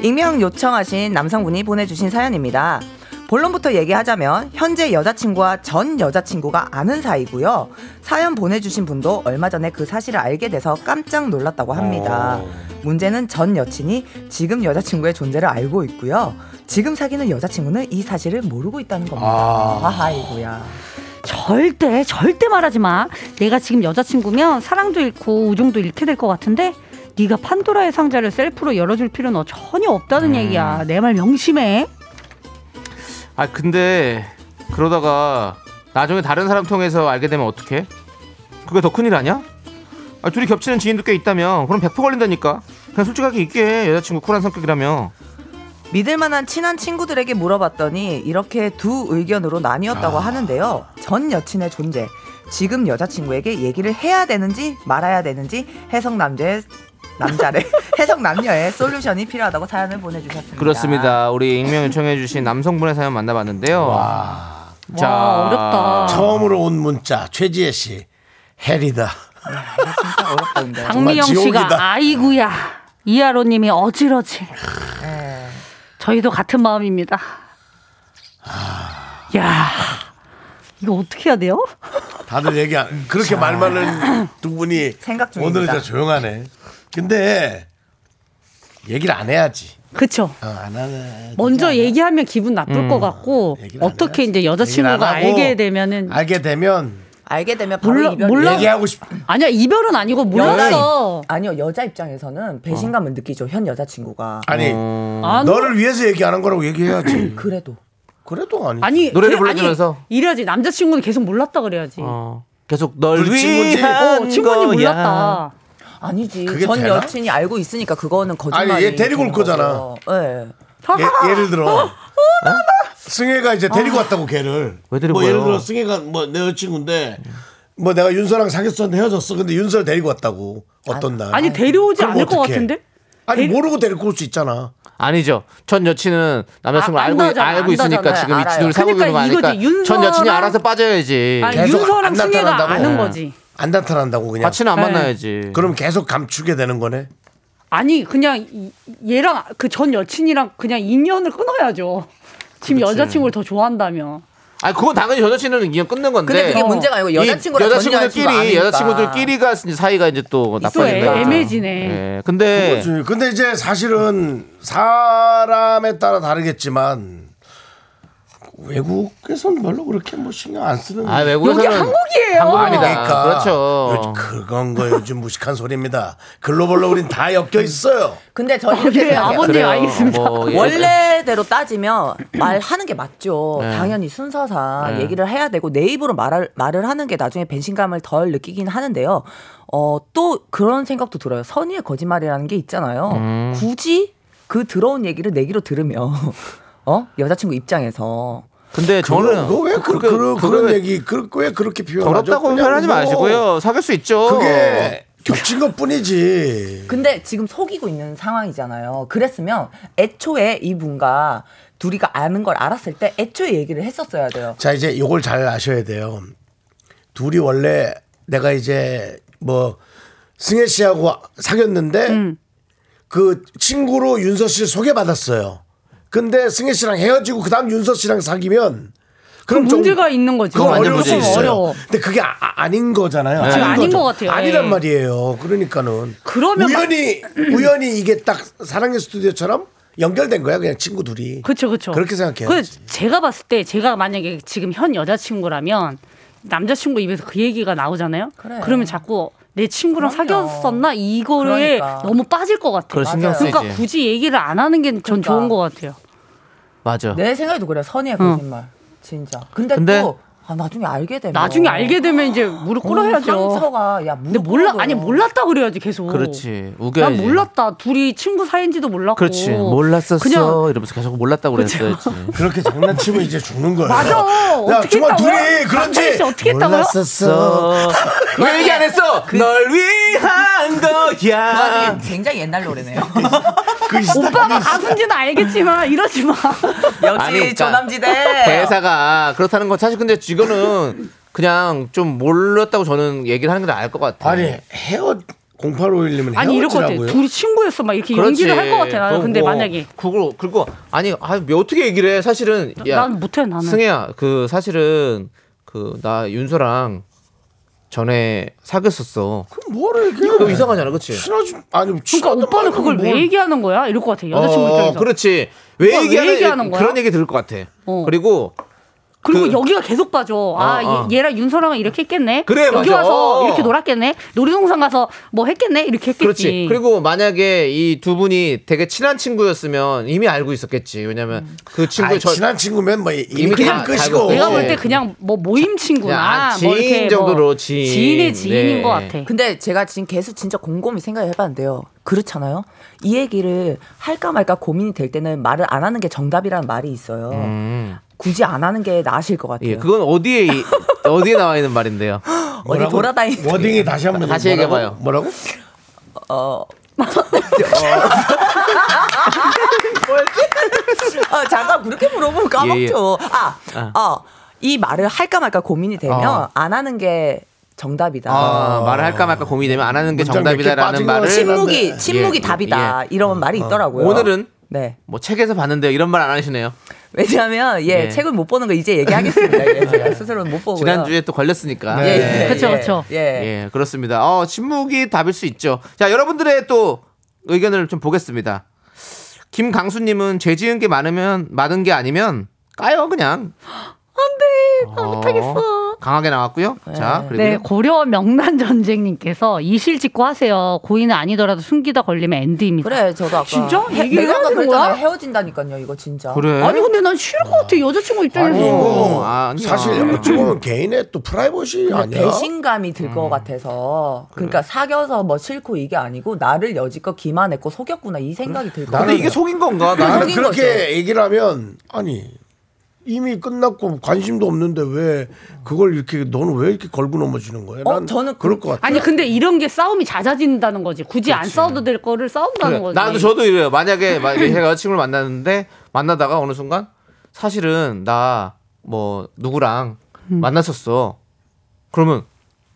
S10: 익명 요청하신 남성분이 보내주신 사연입니다. 본론부터 얘기하자면 현재 여자친구와 전 여자친구가 아는 사이고요. 사연 보내주신 분도 얼마 전에 그 사실을 알게 돼서 깜짝 놀랐다고 합니다. 문제는 전 여친이 지금 여자친구의 존재를 알고 있고요. 지금 사귀는 여자친구는 이 사실을 모르고 있다는 겁니다.
S9: 아.
S10: 아하이고야.
S9: 절대 절대 말하지 마. 내가 지금 여자친구면 사랑도 잃고 우정도 잃게 될 것 같은데 네가 판도라의 상자를 셀프로 열어줄 필요는 전혀 없다는
S2: 음.
S9: 얘기야. 내 말 명심해.
S3: 아 근데 그러다가 나중에 다른 사람 통해서 알게 되면 어떡해? 그게 더 큰일 아니야? 아 둘이 겹치는 지인도 꽤 있다며 그럼 100% 걸린다니까 그냥 솔직하게 있게 해. 여자친구 쿨한 성격이라며
S10: 믿을 만한 친한 친구들에게 물어봤더니 이렇게 두 의견으로
S2: 아.
S10: 나뉘었다고 하는데요. 전 여친의 존재, 지금 여자친구에게 얘기를 해야 되는지 말아야 되는지 해석 남자의 남자래 해석 남녀의 솔루션이 필요하다고 사연을 보내주셨습니다.
S3: 그렇습니다 우리 익명 요청해주신 남성분의 사연 만나봤는데요 자
S2: 와, 어렵다. 처음으로 온 문자 최지혜 씨 해리다.
S10: 아,
S2: 아.
S9: 박미영 씨가 아이구야 이하로님이 어지러지.
S10: 네.
S9: 저희도 같은 마음입니다. 야 이거 어떻게 해야 돼요?
S2: 다들 얘기 안, 그렇게 말 많은 두 분이
S10: 생각
S9: 중입니다.
S2: 오늘은 진짜 조용하네. 근데 얘기를 안 해야지.
S9: 그쵸.
S2: 어, 안 하네.
S9: 먼저 얘기하면 기분 나쁠
S2: 음.
S9: 것 같고 어떻게 이제
S2: 얘기를
S9: 여자친구가
S2: 안 하고
S9: 알게 되면은
S2: 알게 되면
S10: 알게 되면 바로
S9: 몰라
S10: 이별
S9: 몰라
S2: 얘기하고 싶.
S9: 아니야 이별은 아니고 몰랐어.
S10: 아니요 여자 입장에서는 배신감을
S2: 어.
S10: 느끼죠 현 여자친구가
S2: 아니
S9: 아,
S2: 너를 위해서 얘기 안 한 거라고 얘기해야지.
S10: 그래도
S2: 그래도 아니. 예,
S9: 아니
S3: 노래를
S9: 그-
S3: 불러주면서?
S9: 아니, 이래야지 남자친구는 계속 몰랐다 그래야지.
S3: 계속 널
S2: 둘 친구인지?
S3: 위한
S9: 어, 친구인지
S3: 거야.
S9: 몰랐다.
S10: 아니지
S2: 그게
S10: 전
S2: 되나?
S10: 여친이 알고 있으니까 그거는 거짓말이
S2: 아니, 얘 데리고 올
S10: 되는
S2: 거잖아.
S10: 거죠. 예.
S2: 예, 예를 들어 승혜가
S9: 아.
S2: 이제 데리고 왔다고 걔를
S3: 왜 데리고
S2: 뭐 예를
S3: 와요?
S2: 들어 승혜가 뭐 내 여친구인데 뭐 내가 윤서랑 사귀었었는데 헤어졌어 근데 윤서를 데리고 왔다고 어떤 날
S9: 아니, 데려오지
S2: 그럼
S9: 않을 것
S2: 어떡해?
S9: 같은데?
S2: 아니 모르고 데리고 올 수 있잖아
S3: 아니죠. 전 여친은 남자친구
S9: 아,
S3: 를
S9: 안
S3: 알고
S9: 나잖아,
S3: 알고
S9: 안
S3: 있으니까
S9: 나잖아요.
S3: 지금 이
S9: 알아요.
S3: 둘이 사귀는 거
S9: 그러니까 이거지.
S3: 아니까 전 여친이
S9: 윤서랑-
S3: 알아서 빠져야지.
S9: 아니,
S2: 계속
S9: 윤서랑
S2: 안
S9: 승혜가
S2: 나타난다고?
S9: 아는 거지.
S2: 안 나타난다고 그냥
S3: 같이는
S9: 네.
S3: 안 만나야지.
S2: 그럼 계속 감추게 되는 거네
S9: 아니 그냥 이- 얘랑 그 전 여친이랑 그냥 인연을 끊어야죠. 지금 여자친구를 더 좋아한다면.
S3: 아니 그건 당연히 여자친구는 이냥 끊는 건데.
S9: 근데 그게 문제가 아니고
S3: 이
S9: 여자친구랑 전
S3: 여자친구들끼리
S9: 여자친구가 아니니까.
S3: 여자친구들끼리가 이제 사이가 이제 또 나빠진다.
S9: 애매지네.
S3: 예, 근데
S2: 그렇지. 근데 이제 사실은 사람에 따라 다르겠지만 외국에서는 별로 그렇게 뭐 신경 안 쓰는
S3: 아, 외국에서는 여기 한국이에요. 한국입니다.
S2: 아니니까
S3: 그렇죠.
S2: 그러니까. 그건 거 요즘 무식한 소리입니다. 글로벌로 우린 다 엮여 있어요.
S10: 근데 저는 이렇게
S9: 네,
S10: 생각해요.
S9: 아버님
S2: 그래요.
S9: 알겠습니다.
S2: 뭐, 예.
S10: 원래대로 따지면 말하는 게 맞죠.
S2: 네.
S10: 당연히 순서상
S2: 네.
S10: 얘기를 해야 되고 내 입으로 말을 말을 하는 게 나중에 배신감을 덜 느끼긴 하는데요. 어, 또 그런 생각도 들어요. 선의의 거짓말이라는 게 있잖아요.
S3: 음.
S10: 굳이 그 더러운 얘기를 내기로 들으면 어 여자친구 입장에서
S3: 근데 저는
S2: 그거 왜 그,
S3: 그게-
S2: 그,
S3: 그게
S2: 그런
S3: 왜-
S2: 얘기 그, 왜 그렇게 표현하죠?
S3: 더럽다고
S2: 그냥
S3: 표현하지
S2: 뭐
S3: 마시고요. 사귈 수 있죠.
S2: 그게 겹친 것 뿐이지.
S10: 근데 지금 속이고 있는 상황이잖아요. 그랬으면 애초에 이분과 둘이가 아는 걸 알았을 때 애초에 얘기를 했었어야 돼요.
S2: 자 이제 요걸 잘 아셔야 돼요. 둘이 원래 내가 이제 뭐 승혜 씨하고 사귀었는데
S9: 음.
S2: 그 친구로 윤서 씨를 소개받았어요. 근데 승혜 씨랑 헤어지고 그다음 윤서 씨랑 사귀면 그럼 좀
S9: 문제가 있는 거지.
S2: 그건 어려울 수
S9: 조금
S2: 있어요.
S9: 어려워.
S2: 근데 그게 아, 닌 거잖아요.
S9: 네. 지금 아닌 것 같아요.
S2: 아니란
S9: 예.
S2: 말이에요. 그러니까는
S9: 그러면
S2: 우연히 우연히 이게 딱 사랑의 스튜디오처럼 연결된 거야. 그냥 친구 둘이.
S9: 그렇죠, 그렇죠.
S2: 그렇게 생각해요.
S9: 그 제가 봤을 때 제가 만약에 지금 현 여자친구라면 남자친구 입에서 그 얘기가 나오잖아요. 그러면 자꾸 내 친구랑 사귀었었나 이거에
S3: 그러니까.
S9: 너무 빠질 것 같아요.
S3: 그걸 신경 쓰이지.
S9: 그러니까 굳이 얘기를 안 하는 게 전 좋은 것 같아요.
S3: 맞아.
S9: 네.
S10: 내 생각에도 그래.
S9: 어.
S10: 선의의
S3: 응.
S10: 거짓말. 진짜. 근데,
S3: 근데-
S10: 또 아, 나중에 알게 되면
S3: 어.
S9: 나중에 알게 되면 이제 무릎 꿇어야죠.
S10: 상처가 야
S9: 근데 몰라 아니 몰랐다 그래야지 계속.
S3: 그렇지.
S9: 난
S3: 우겨야지.
S9: 몰랐다. 둘이 친구 사이인지도 몰랐고.
S3: 그렇지. 몰랐었어.
S9: 그냥 그렇죠.
S3: 이러면서 계속 몰랐다고 그랬어야지.
S2: 그렇게 장난치고 이제 죽는 거예요.
S9: 맞아.
S2: 야,
S9: 어떻게
S2: 정말
S9: 했다고요?
S2: 둘이 그런지
S9: 남편이 어떻게 했다고요?
S2: 몰랐었어.
S3: 왜 얘기 안 했어?
S9: 그
S3: 널 위한 거야.
S10: 아니, 굉장히 옛날 노래네요.
S2: 그
S9: 오빠가 가수인지는 알겠지만 이러지 마.
S10: 역시
S3: 아니, 그러니까
S10: 조남지대.
S3: 대사가 그렇다는 건 사실 근데 지금은 그냥 좀 몰랐다고 저는 얘기를 하는 게 나을 것 같아.
S2: 아니 헤어 0851님은
S9: 아니 이럴 것 같아.
S3: 헤어지라고요?
S9: 둘이 친구였어 막 이렇게 연기를 할 것 같아. 나는 근데 만약에
S3: 뭐, 그거 그거 아니 아, 왜 어떻게 얘기를 해? 사실은
S9: 난 못해, 나는.
S3: 승혜야 그 사실은 그 나 윤서랑 전에 사귀었었어.
S2: 뭐를
S3: 이거 너무 이상하잖아, 그치?
S2: 친하지 아니
S9: 그러니까 오빠는 그걸 왜 얘기하는 거야? 이럴 것 같아. 여자친구
S3: 어,
S9: 입장에서.
S3: 그렇지. 왜
S9: 그걸 왜
S3: 얘기하는,
S9: 얘기하는 거야?
S3: 그런 얘기 들을 것 같아.
S9: 어.
S3: 그리고
S9: 그리고
S3: 그-
S9: 여기가 계속 봐줘. 아,
S3: 어, 어.
S9: 얘- 얘랑 윤서랑은 이렇게 했겠네.
S3: 그래,
S9: 여기
S3: 맞아.
S9: 와서
S3: 어.
S9: 이렇게 놀았겠네. 놀이동산 가서 뭐 했겠네. 이렇게 했겠지.
S3: 그렇지. 그리고 만약에 이 두 분이 되게 친한 친구였으면 이미 알고 있었겠지. 왜냐면
S10: 음.
S3: 그 친구
S2: 아니, 친한 친구면 뭐 이미 그냥 끝이고.
S9: 내가 볼 때 그냥 뭐 모임 친구나
S3: 아,
S9: 뭐 이렇게
S3: 네. 지인
S9: 뭐
S3: 정도로 지인.
S9: 지인의 지인인
S3: 네.
S9: 것 같아.
S10: 근데 제가 지금 계속 진짜 곰곰이 생각해 봤는데요. 그렇잖아요. 이 얘기를 할까 말까 고민이 될 때는 말을 안 하는 게 정답이라는 말이 있어요.
S3: 음.
S10: 굳이 안 하는 게 나으실 것 같아요.
S3: 예, 그건 어디에 이- 어디에 나와 있는 말인데요.
S10: 어디 돌아다니는
S2: 워딩이 뭐 예. 다시 한번
S3: 다시 얘기해 봐요.
S2: 뭐라고?
S10: 어. 뭐였지? 아, 잠깐 그렇게 물어보면
S3: 예, 예.
S10: 까먹죠. 아,
S3: 아.
S10: 어, 이 말을 할까 말까 고민이 되면
S3: 어.
S10: 안 하는 게 정답이다.
S3: 아, 말을 할까 말까 고민이 되면 안 하는 게
S10: 문장 몇개
S3: 정답이다라는
S10: 빠진
S3: 말을
S10: 것 같긴 한데.
S3: 네.
S10: 침묵이- 침묵이 답이다. 이런 말이 있더라고요.
S3: 예, 어. 오늘은
S10: 네.
S3: 뭐 책에서 봤는데 이런 말 안 하시네요.
S10: 어, 왜냐하면 예,
S3: 예. 아.
S10: 책을 못 보는 거 이제 얘기하겠습니다. 예, 제가 스스로는 못 보고요.
S3: 지난주에 또 걸렸으니까.
S10: 네. 예, 예, 그쵸,
S3: 예.
S10: 그쵸. 예.
S3: 예, 그렇습니다. 어, 침묵이 답일 수 있죠. 자, 여러분들의 또 의견을 좀 보겠습니다. 김강수님은 죄 지은 게 많으면, 많은 게 아니면 까요, 그냥.
S9: 안
S10: 아,
S9: 돼.
S3: 어, 강하게 나왔고요. 자, 그리고.
S9: 네, 고려 명란 전쟁님께서 이실직고 하세요. 고의는 아니더라도 숨기다 걸리면 엔드입니다.
S10: 그래, 저도 아까
S9: 진짜
S10: 해-
S9: 얘기를
S10: 내가
S9: 해야
S10: 아까
S9: 되는
S10: 그랬잖아요.
S9: 거야?
S10: 헤어진다니까요, 이거 진짜.
S3: 그래?
S9: 아니 근데 난 싫을 것 같아. 여자친구 입장에서.
S2: 아니고
S3: 아니야.
S2: 사실 이쪽은 개인의 또 프라이버시
S10: 그냥
S2: 아니야?
S10: 배신감이 들 것 같아서 그러니까 사겨서 뭐 싫고 이게 아니고 나를 여지껏 기만했고 속였구나 이 생각이 들것 같아요.
S2: 나는
S3: 이게 속인 건가?
S2: 나는
S10: 속인
S2: 그렇게
S10: 거죠.
S2: 얘기를 하면 아니 이미 끝났고 관심도 없는데 왜 그걸 이렇게 너는 왜 이렇게 걸고 넘어지는 거야?
S9: 어,
S2: 난
S9: 저는
S2: 그럴 것 같아.
S9: 아니 근데 이런 게 싸움이 잦아진다는 거지. 굳이 안 싸워도 될 거를 싸운다는
S3: 그래.
S9: 거지.
S3: 나도 저도 이래요. 만약에 만약에 제가 여자친구를 만났는데 만나다가 어느 순간 사실은 나 뭐 누구랑
S10: 음.
S3: 만났었어. 그러면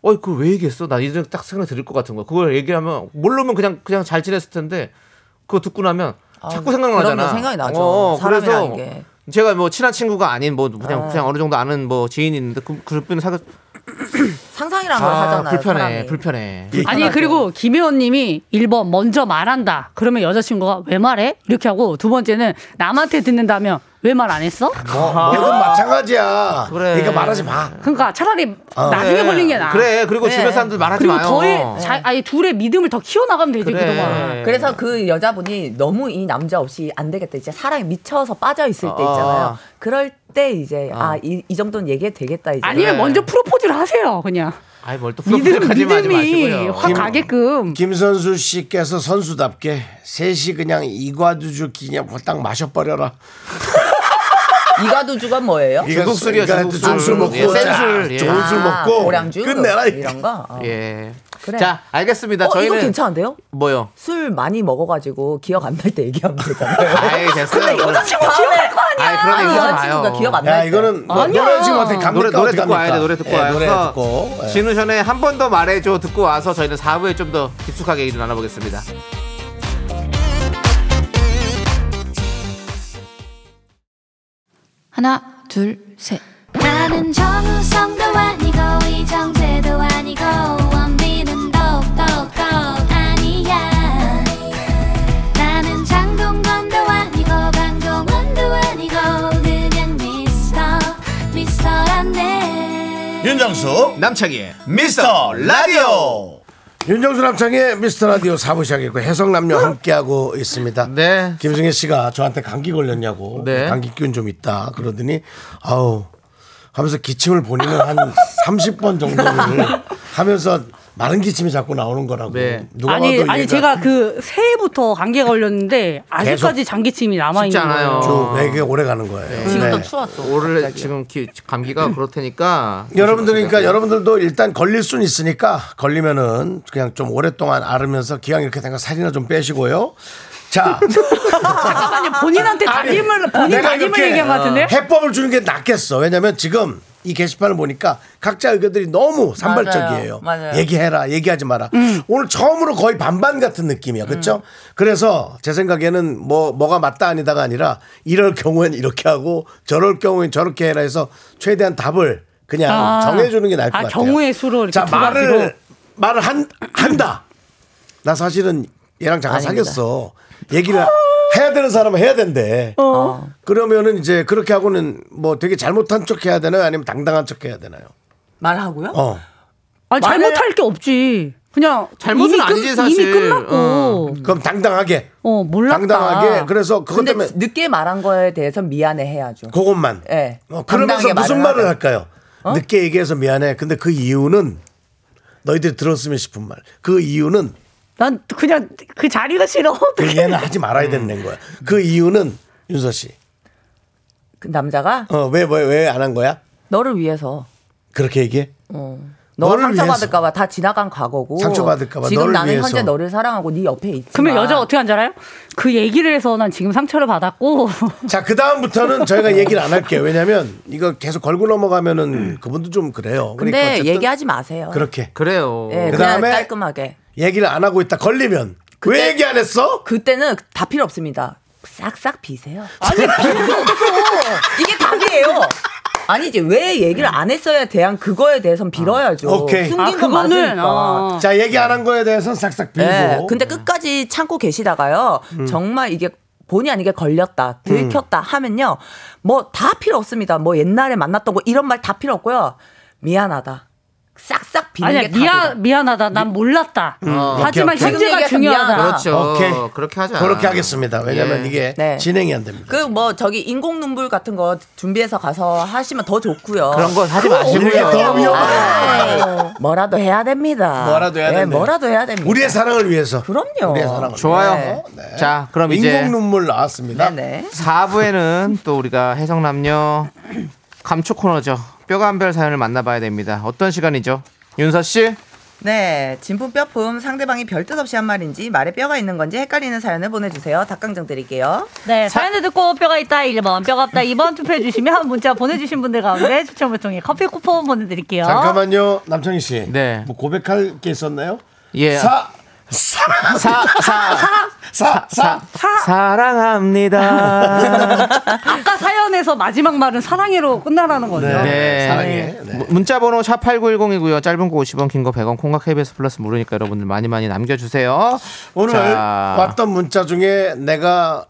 S3: 어이 그걸 왜 얘기했어? 나 이제 딱 생각 들을 것 같은 거야. 그걸 얘기하면 모르면 그냥 그냥 잘 지냈을 텐데 그거 듣고 나면 자꾸 생각나잖아. 어,
S10: 그럼요, 생각이 나죠. 사람이라는
S3: 그래서
S10: 게. 네.
S3: 제가 뭐 친한 친구가 아닌 뭐 그냥 그냥 어느 정도 아는 뭐 지인이 있는데 그 그분을 사귀
S10: 상상이라는 걸
S3: 아,
S10: 하잖아요.
S3: 불편해.
S10: 사람이.
S3: 불편해.
S9: 아니 그리고 김혜원님이 1번 먼저 말한다. 그러면 여자친구가 왜 말해? 이렇게 하고 두 번째는 남한테 듣는다면 왜 말 안 했어?
S2: 뭐, 뭐든 마찬가지야. 그래. 그러니까 말하지 마.
S9: 그러니까 차라리
S2: 어.
S9: 나중에
S10: 네.
S2: 그래.
S9: 걸린 게 나.
S2: 그래, 그리고 주변 사람들 말하지
S9: 그리고
S2: 마요.
S9: 더해 자, 아니 둘의 믿음을 더 키워나가면 되지
S10: 그래.
S9: 그동안
S10: 그래서 그 여자분이 너무 이 남자 없이 안 되겠다. 이제 사랑에 미쳐서 빠져 있을 때 있잖아요.
S9: 아.
S10: 그럴 때 이제 아 이 이 정도는 얘기해도 되겠다 이제.
S9: 아니면 먼저 프로포즈를 하세요 그냥.
S3: 아이 뭘또
S9: 믿음, 믿음이 확 가게끔.
S2: 김선수 씨께서 선수답게 셋이 그냥 이과두주 기념 딱 마셔버려라.
S10: 이가두주가 뭐예요?
S2: 중국술이요, 중국술. 좋은 술 먹고
S3: 예,
S2: 자,
S3: 센술. 예.
S2: 좋은 술 먹고
S10: 고량주
S2: 끝내라.
S10: 아, 이런 거. 어.
S3: 예.
S10: 그래.
S3: 자, 알겠습니다.
S10: 어,
S3: 저희는
S10: 이거 괜찮은데요?
S3: 뭐요?
S10: 술 많이 먹어가지고 기억 안 날 때 얘기하면 되잖아요.
S3: 아이 됐어요.
S10: 근데 여자친구
S3: 그럼.
S10: 기억할 거 아니야.
S3: 아이, 그런 얘기 하지
S10: 여자친구가
S3: 마요.
S10: 기억 안 야, 날 때. 이거는 뭐 아니야. 노래 지금 어떻게 갑니까?
S3: 노래 노래
S2: 어떻게
S3: 듣고 와야 돼.
S2: 합니까?
S3: 노래 듣고
S2: 예,
S3: 와야
S2: 노래
S3: 돼서
S2: 듣고, 예.
S3: 진우션의 한 번 더 말해줘 듣고 와서 저희는 4부에 좀 더 깊숙하게 얘기 좀 나눠보겠습니다.
S11: 하나, 둘, 셋.
S6: 나는 정우성도 아니고 이정재도 아니고 원빈은 더욱더 아니야 나는 장동건도 아니고 강동원도 아니고 그냥 미스터 미스터란데
S2: 윤정수
S3: 남창희
S2: 미스터 라디오 윤정수 남창의 미스터 라디오 사부 시작했고 해성남녀 함께하고 있습니다.
S3: 네.
S2: 김승혜 씨가 저한테 감기 걸렸냐고
S3: 네.
S2: 감기 기운 좀 있다 그러더니 아우 하면서 기침을 본인은 한 30번 정도를 하면서 마른 기침이 자꾸 나오는 거라고
S3: 네.
S2: 누가
S9: 아니
S2: 봐도
S9: 아니
S2: 얘가
S9: 제가 그 새해부터 감기에 걸렸는데 아직까지 장기침이 남아
S3: 쉽지
S9: 있는
S3: 않아요.
S9: 거예요.
S2: 쭉 되게 오래 가는 거예요. 네.
S3: 추웠어. 올해 지금 기- 감기가 그렇다니까.
S2: 여러분들 그러니까 여러분들도 일단 걸릴 순 있으니까 걸리면은 그냥 좀 오랫동안 앓으면서 기왕 이렇게 된 거 살이나 좀 빼시고요. 자,
S9: 잠깐만요. 본인한테 담임을 본인
S2: 내가
S9: 담임을
S2: 이렇게 어.
S9: 얘기한 것 같은데요?
S2: 해법을 주는 게 낫겠어. 왜냐면 지금 이 게시판을 보니까 각자 의견들이 너무 산발적이에요.
S10: 맞아요.
S2: 얘기해라, 얘기하지 마라. 오늘 처음으로 거의 반반 같은 느낌이야,
S9: 음.
S2: 그렇죠? 그래서 제 생각에는 뭐 뭐가 맞다 아니다가 아니라 이럴 경우엔 이렇게 하고 저럴 경우엔 저렇게 해라 해서 최대한 답을 그냥
S9: 아.
S2: 정해주는 게 나을 것
S9: 아,
S2: 같아요.
S9: 경우의 수로 이렇게
S2: 자
S9: 두 가지로.
S2: 말을 말을 한 한다. 나 사실은 얘랑 잠깐
S10: 아닙니다.
S2: 사귀었어. 얘기를 해야 되는 사람은 해야 된대.
S10: 어.
S2: 그러면은 이제 그렇게 하고는 뭐 되게 잘못한 척 해야 되나요? 아니면 당당한 척 해야 되나요?
S10: 말하고요?
S2: 어.
S9: 아니
S10: 말을-
S9: 잘못할 게 없지. 그냥
S3: 잘못은
S9: 이미 끝-
S3: 아니지, 사실.
S9: 이미 끝났고. 어,
S2: 그럼 당당하게.
S9: 몰랐다.
S2: 당당하게. 아, 그래서 그것
S10: 아. 근데
S2: 때문에
S10: 늦게 말한 거에 대해서 미안해 해야죠.
S2: 그것만.
S10: 예.
S2: 어, 그러면서
S10: 당당하게
S2: 무슨
S10: 말을 어?
S2: 말을
S10: 하자.
S2: 할까요? 늦게 얘기해서 미안해. 근데 그 이유는 너희들이 들었으면 싶은 말. 그 이유는
S9: 난 그냥 그 자리가 싫어.
S2: 그 얘는 하지 말아야 되는 거야. 그 이유는 윤서 씨.
S10: 그 남자가
S2: 어, 왜, 왜, 왜 안 한 거야?
S10: 너를 위해서 어.
S2: 그렇게 얘기해?
S10: 너를
S2: 너를
S10: 상처받을까봐 다 지나간 과거고
S2: 상처받을까봐
S10: 지금
S2: 너를
S10: 나는
S2: 위해서.
S10: 현재 너를 사랑하고 네 옆에 있지.
S9: 그러면 여자 어떻게 한줄 알아요? 그 얘기를 해서 난 지금 상처를 받았고.
S2: 자, 그 다음부터는 저희가 얘기를 안 할게요. 왜냐면 이거 계속 걸고 넘어가면은 그분도 좀 그래요. 그러니까
S10: 근데
S2: 어쨌든
S10: 얘기하지 마세요.
S2: 그렇게
S3: 그래요.
S10: 예, 그냥
S2: 그다음에-
S10: 깔끔하게.
S2: 얘기를 안 하고 있다 걸리면 왜 얘기 안 했어?
S10: 그때는 다 필요 없습니다. 싹싹 비세요. 아니 필요 없어. 이게 답이에요. 아니지 왜 얘기를 안 했어야 대한 그거에 대해선 빌어야죠.
S2: 오케이.
S9: 아,
S10: 숨긴 건
S9: 그거는,
S10: 맞으니까.
S9: 어.
S2: 자, 얘기 안 한 거에 대해서는 싹싹 빌고.
S10: 예, 근데 끝까지 참고 계시다가요. 정말 이게 본의 아니게 걸렸다, 들켰다 하면요. 뭐 다 필요 없습니다. 뭐 옛날에 만났던 거 이런 말 다 필요 없고요. 미안하다. 싹싹 비는
S9: 아니야
S10: 게 답이다.
S9: 미안 미안하다. 난 몰랐다. 하지만
S2: 오케이, 오케이.
S9: 현재가
S10: 지금 얘기하니까
S9: 중요하다.
S10: 미안하다.
S3: 그렇죠.
S2: 오케이.
S3: 그렇게 하자.
S2: 그렇게 하겠습니다. 왜냐면
S3: 예.
S2: 이게
S10: 네.
S2: 진행이 안 됩니다.
S10: 그 뭐 저기 인공 눈물 같은 거 준비해서 가서 하시면 더 좋고요.
S3: 그런 거 하지 마시고요.
S2: 이게 더 위험해.
S10: 아, 뭐라도 해야 됩니다.
S2: 아. 뭐라도 해야
S10: 네,
S2: 된대.
S10: 뭐라도 해야 됩니다.
S2: 우리의 사랑을 위해서.
S10: 그럼요.
S2: 우리의 사랑을.
S3: 좋아요.
S10: 네.
S3: 자, 그럼 이제
S2: 인공 눈물 나왔습니다.
S10: 네네.
S3: 4부에는 또 우리가 해성남녀 감초 코너죠. 뼈가 한 별 사연을 만나봐야 됩니다. 어떤 시간이죠? 윤서 씨?
S10: 네, 진품 뼈품 상대방이 별뜻 없이 한 말인지 말에 뼈가 있는 건지 헷갈리는 사연을 보내주세요. 닭강정 드릴게요.
S9: 네, 사연을 듣고 뼈가 있다 1번, 뼈가 없다 2번 투표해 주시면 문자 보내주신 분들 가운데 추첨을 통해 커피 쿠폰 보내드릴게요.
S2: 잠깐만요. 남창희 씨.
S3: 네.
S2: 뭐 고백할 게 있었나요?
S3: 예.
S2: 사 사랑
S3: 사, 사,
S2: 사 사.
S3: 사랑합니다.
S9: 아까 사연에서 마지막 말은 사랑해로 끝나라는 거죠.
S2: 네.
S3: 네.
S2: 사랑해. 네.
S3: 문- 문자번호 샵 8910이고요. 짧은 거 50원, 긴 거 100원, 콩과 KBS 플러스 모르니까 여러분들 많이 많이 남겨주세요.
S2: 오늘
S3: 자,
S2: 왔던 문자 중에 내가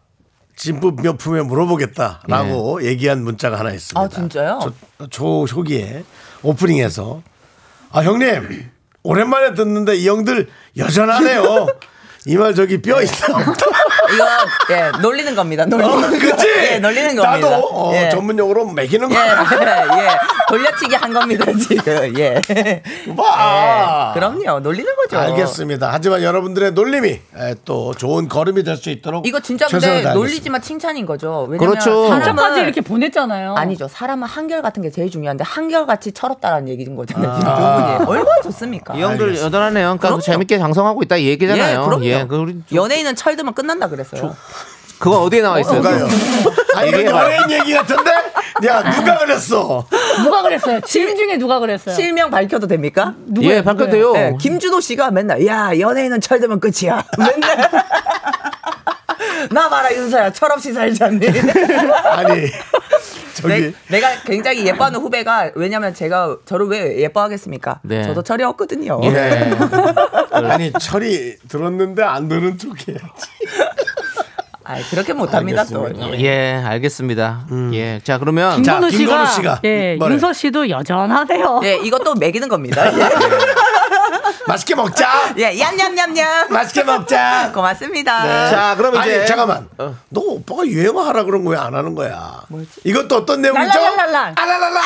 S2: 진품 몇 품에 물어보겠다라고 얘기한 문자가 하나 있습니다.
S10: 네. 아, 진짜요?
S2: 저, 저 초기에 오프닝에서 아 형님 오랜만에 듣는데 이 형들 여전하네요. 이 말 저기
S10: 네.
S2: 뼈 있다 없다.
S10: 이거 예, 놀리는 겁니다. 놀리는
S2: 어,
S10: 거.
S2: 그치?
S10: 예, 놀리는 겁니다.
S2: 나도 어,
S10: 예.
S2: 전문용어로 매기는
S10: 예,
S2: 거야.
S10: 예, 돌려치기 한 겁니다 지금. 예.
S2: 봐.
S10: 예, 그럼요, 놀리는 거죠.
S2: 아. 알겠습니다. 하지만 여러분들의 놀림이 에, 또 좋은 걸음이 될 수 있도록
S10: 이거 진짜
S2: 최선을
S10: 근데
S2: 다하겠습니다.
S10: 놀리지만 칭찬인 거죠. 왜냐면
S3: 그렇죠.
S9: 문자까지
S10: 사람은
S9: 이렇게 보냈잖아요.
S10: 어. 아니죠. 사람은 한결 같은 게 제일 중요한데 한결 같이 철없다라는 얘기인 거잖아요. 지금 두
S2: 아.
S10: 분이 얼마나 좋습니까?
S3: 이 형들
S2: 알겠습니다.
S3: 여전하네요. 그러니까
S10: 그럼요.
S3: 재밌게 방송하고 있다 이 얘기잖아요.
S10: 예, 그럼요.
S3: 그 우리
S10: 연예인은 철들면 끝난다 그랬어요.
S3: 그거 어디에 나와 있어요?
S2: 누가요? 아 이거
S3: 얘기해봐요.
S2: 연예인 얘기 같은데? 야 누가 그랬어?
S9: 누가 그랬어요? 지인 중에 누가 그랬어요?
S10: 실명 밝혀도 됩니까?
S9: 누구예요?
S3: 예, 바꿔도요.
S10: 네, 김준호 씨가 맨날 야 연예인은 철들면 끝이야. 맨날 나 봐라 윤서야 철없이 살자니.
S2: 아니
S10: 내,
S2: 저기
S10: 내가 굉장히 예뻐하는 후배가 왜냐면 제가 저를 왜 예뻐하겠습니까?
S3: 네.
S10: 저도 철이 없거든요.
S2: 예.
S3: 네.
S2: 아니 철이 들었는데 안 들은 척해.
S10: 아 그렇게 못합니다 또.
S2: 알겠습니다.
S3: 예, 알겠습니다. 예. 자, 그러면
S2: 자,
S9: 김건우 씨가,
S2: 김건우 씨가
S9: 예,
S2: 뭐래요?
S10: 예,
S9: 윤서 씨도 여전하대요.
S10: 네 이것도 매기는 겁니다. 예.
S2: 맛있게 먹자.
S10: 예, 얌얌얌얌.
S2: 맛있게 먹자.
S10: 고맙습니다.
S2: 네. 아니, 잠깐만.
S10: 어.
S2: 너 오빠가 유행어하라 그런 거 왜 안 하는 거야? 이것도 어떤 내용이죠?
S10: 랄랄랄랄랄.
S2: 알랄랄라.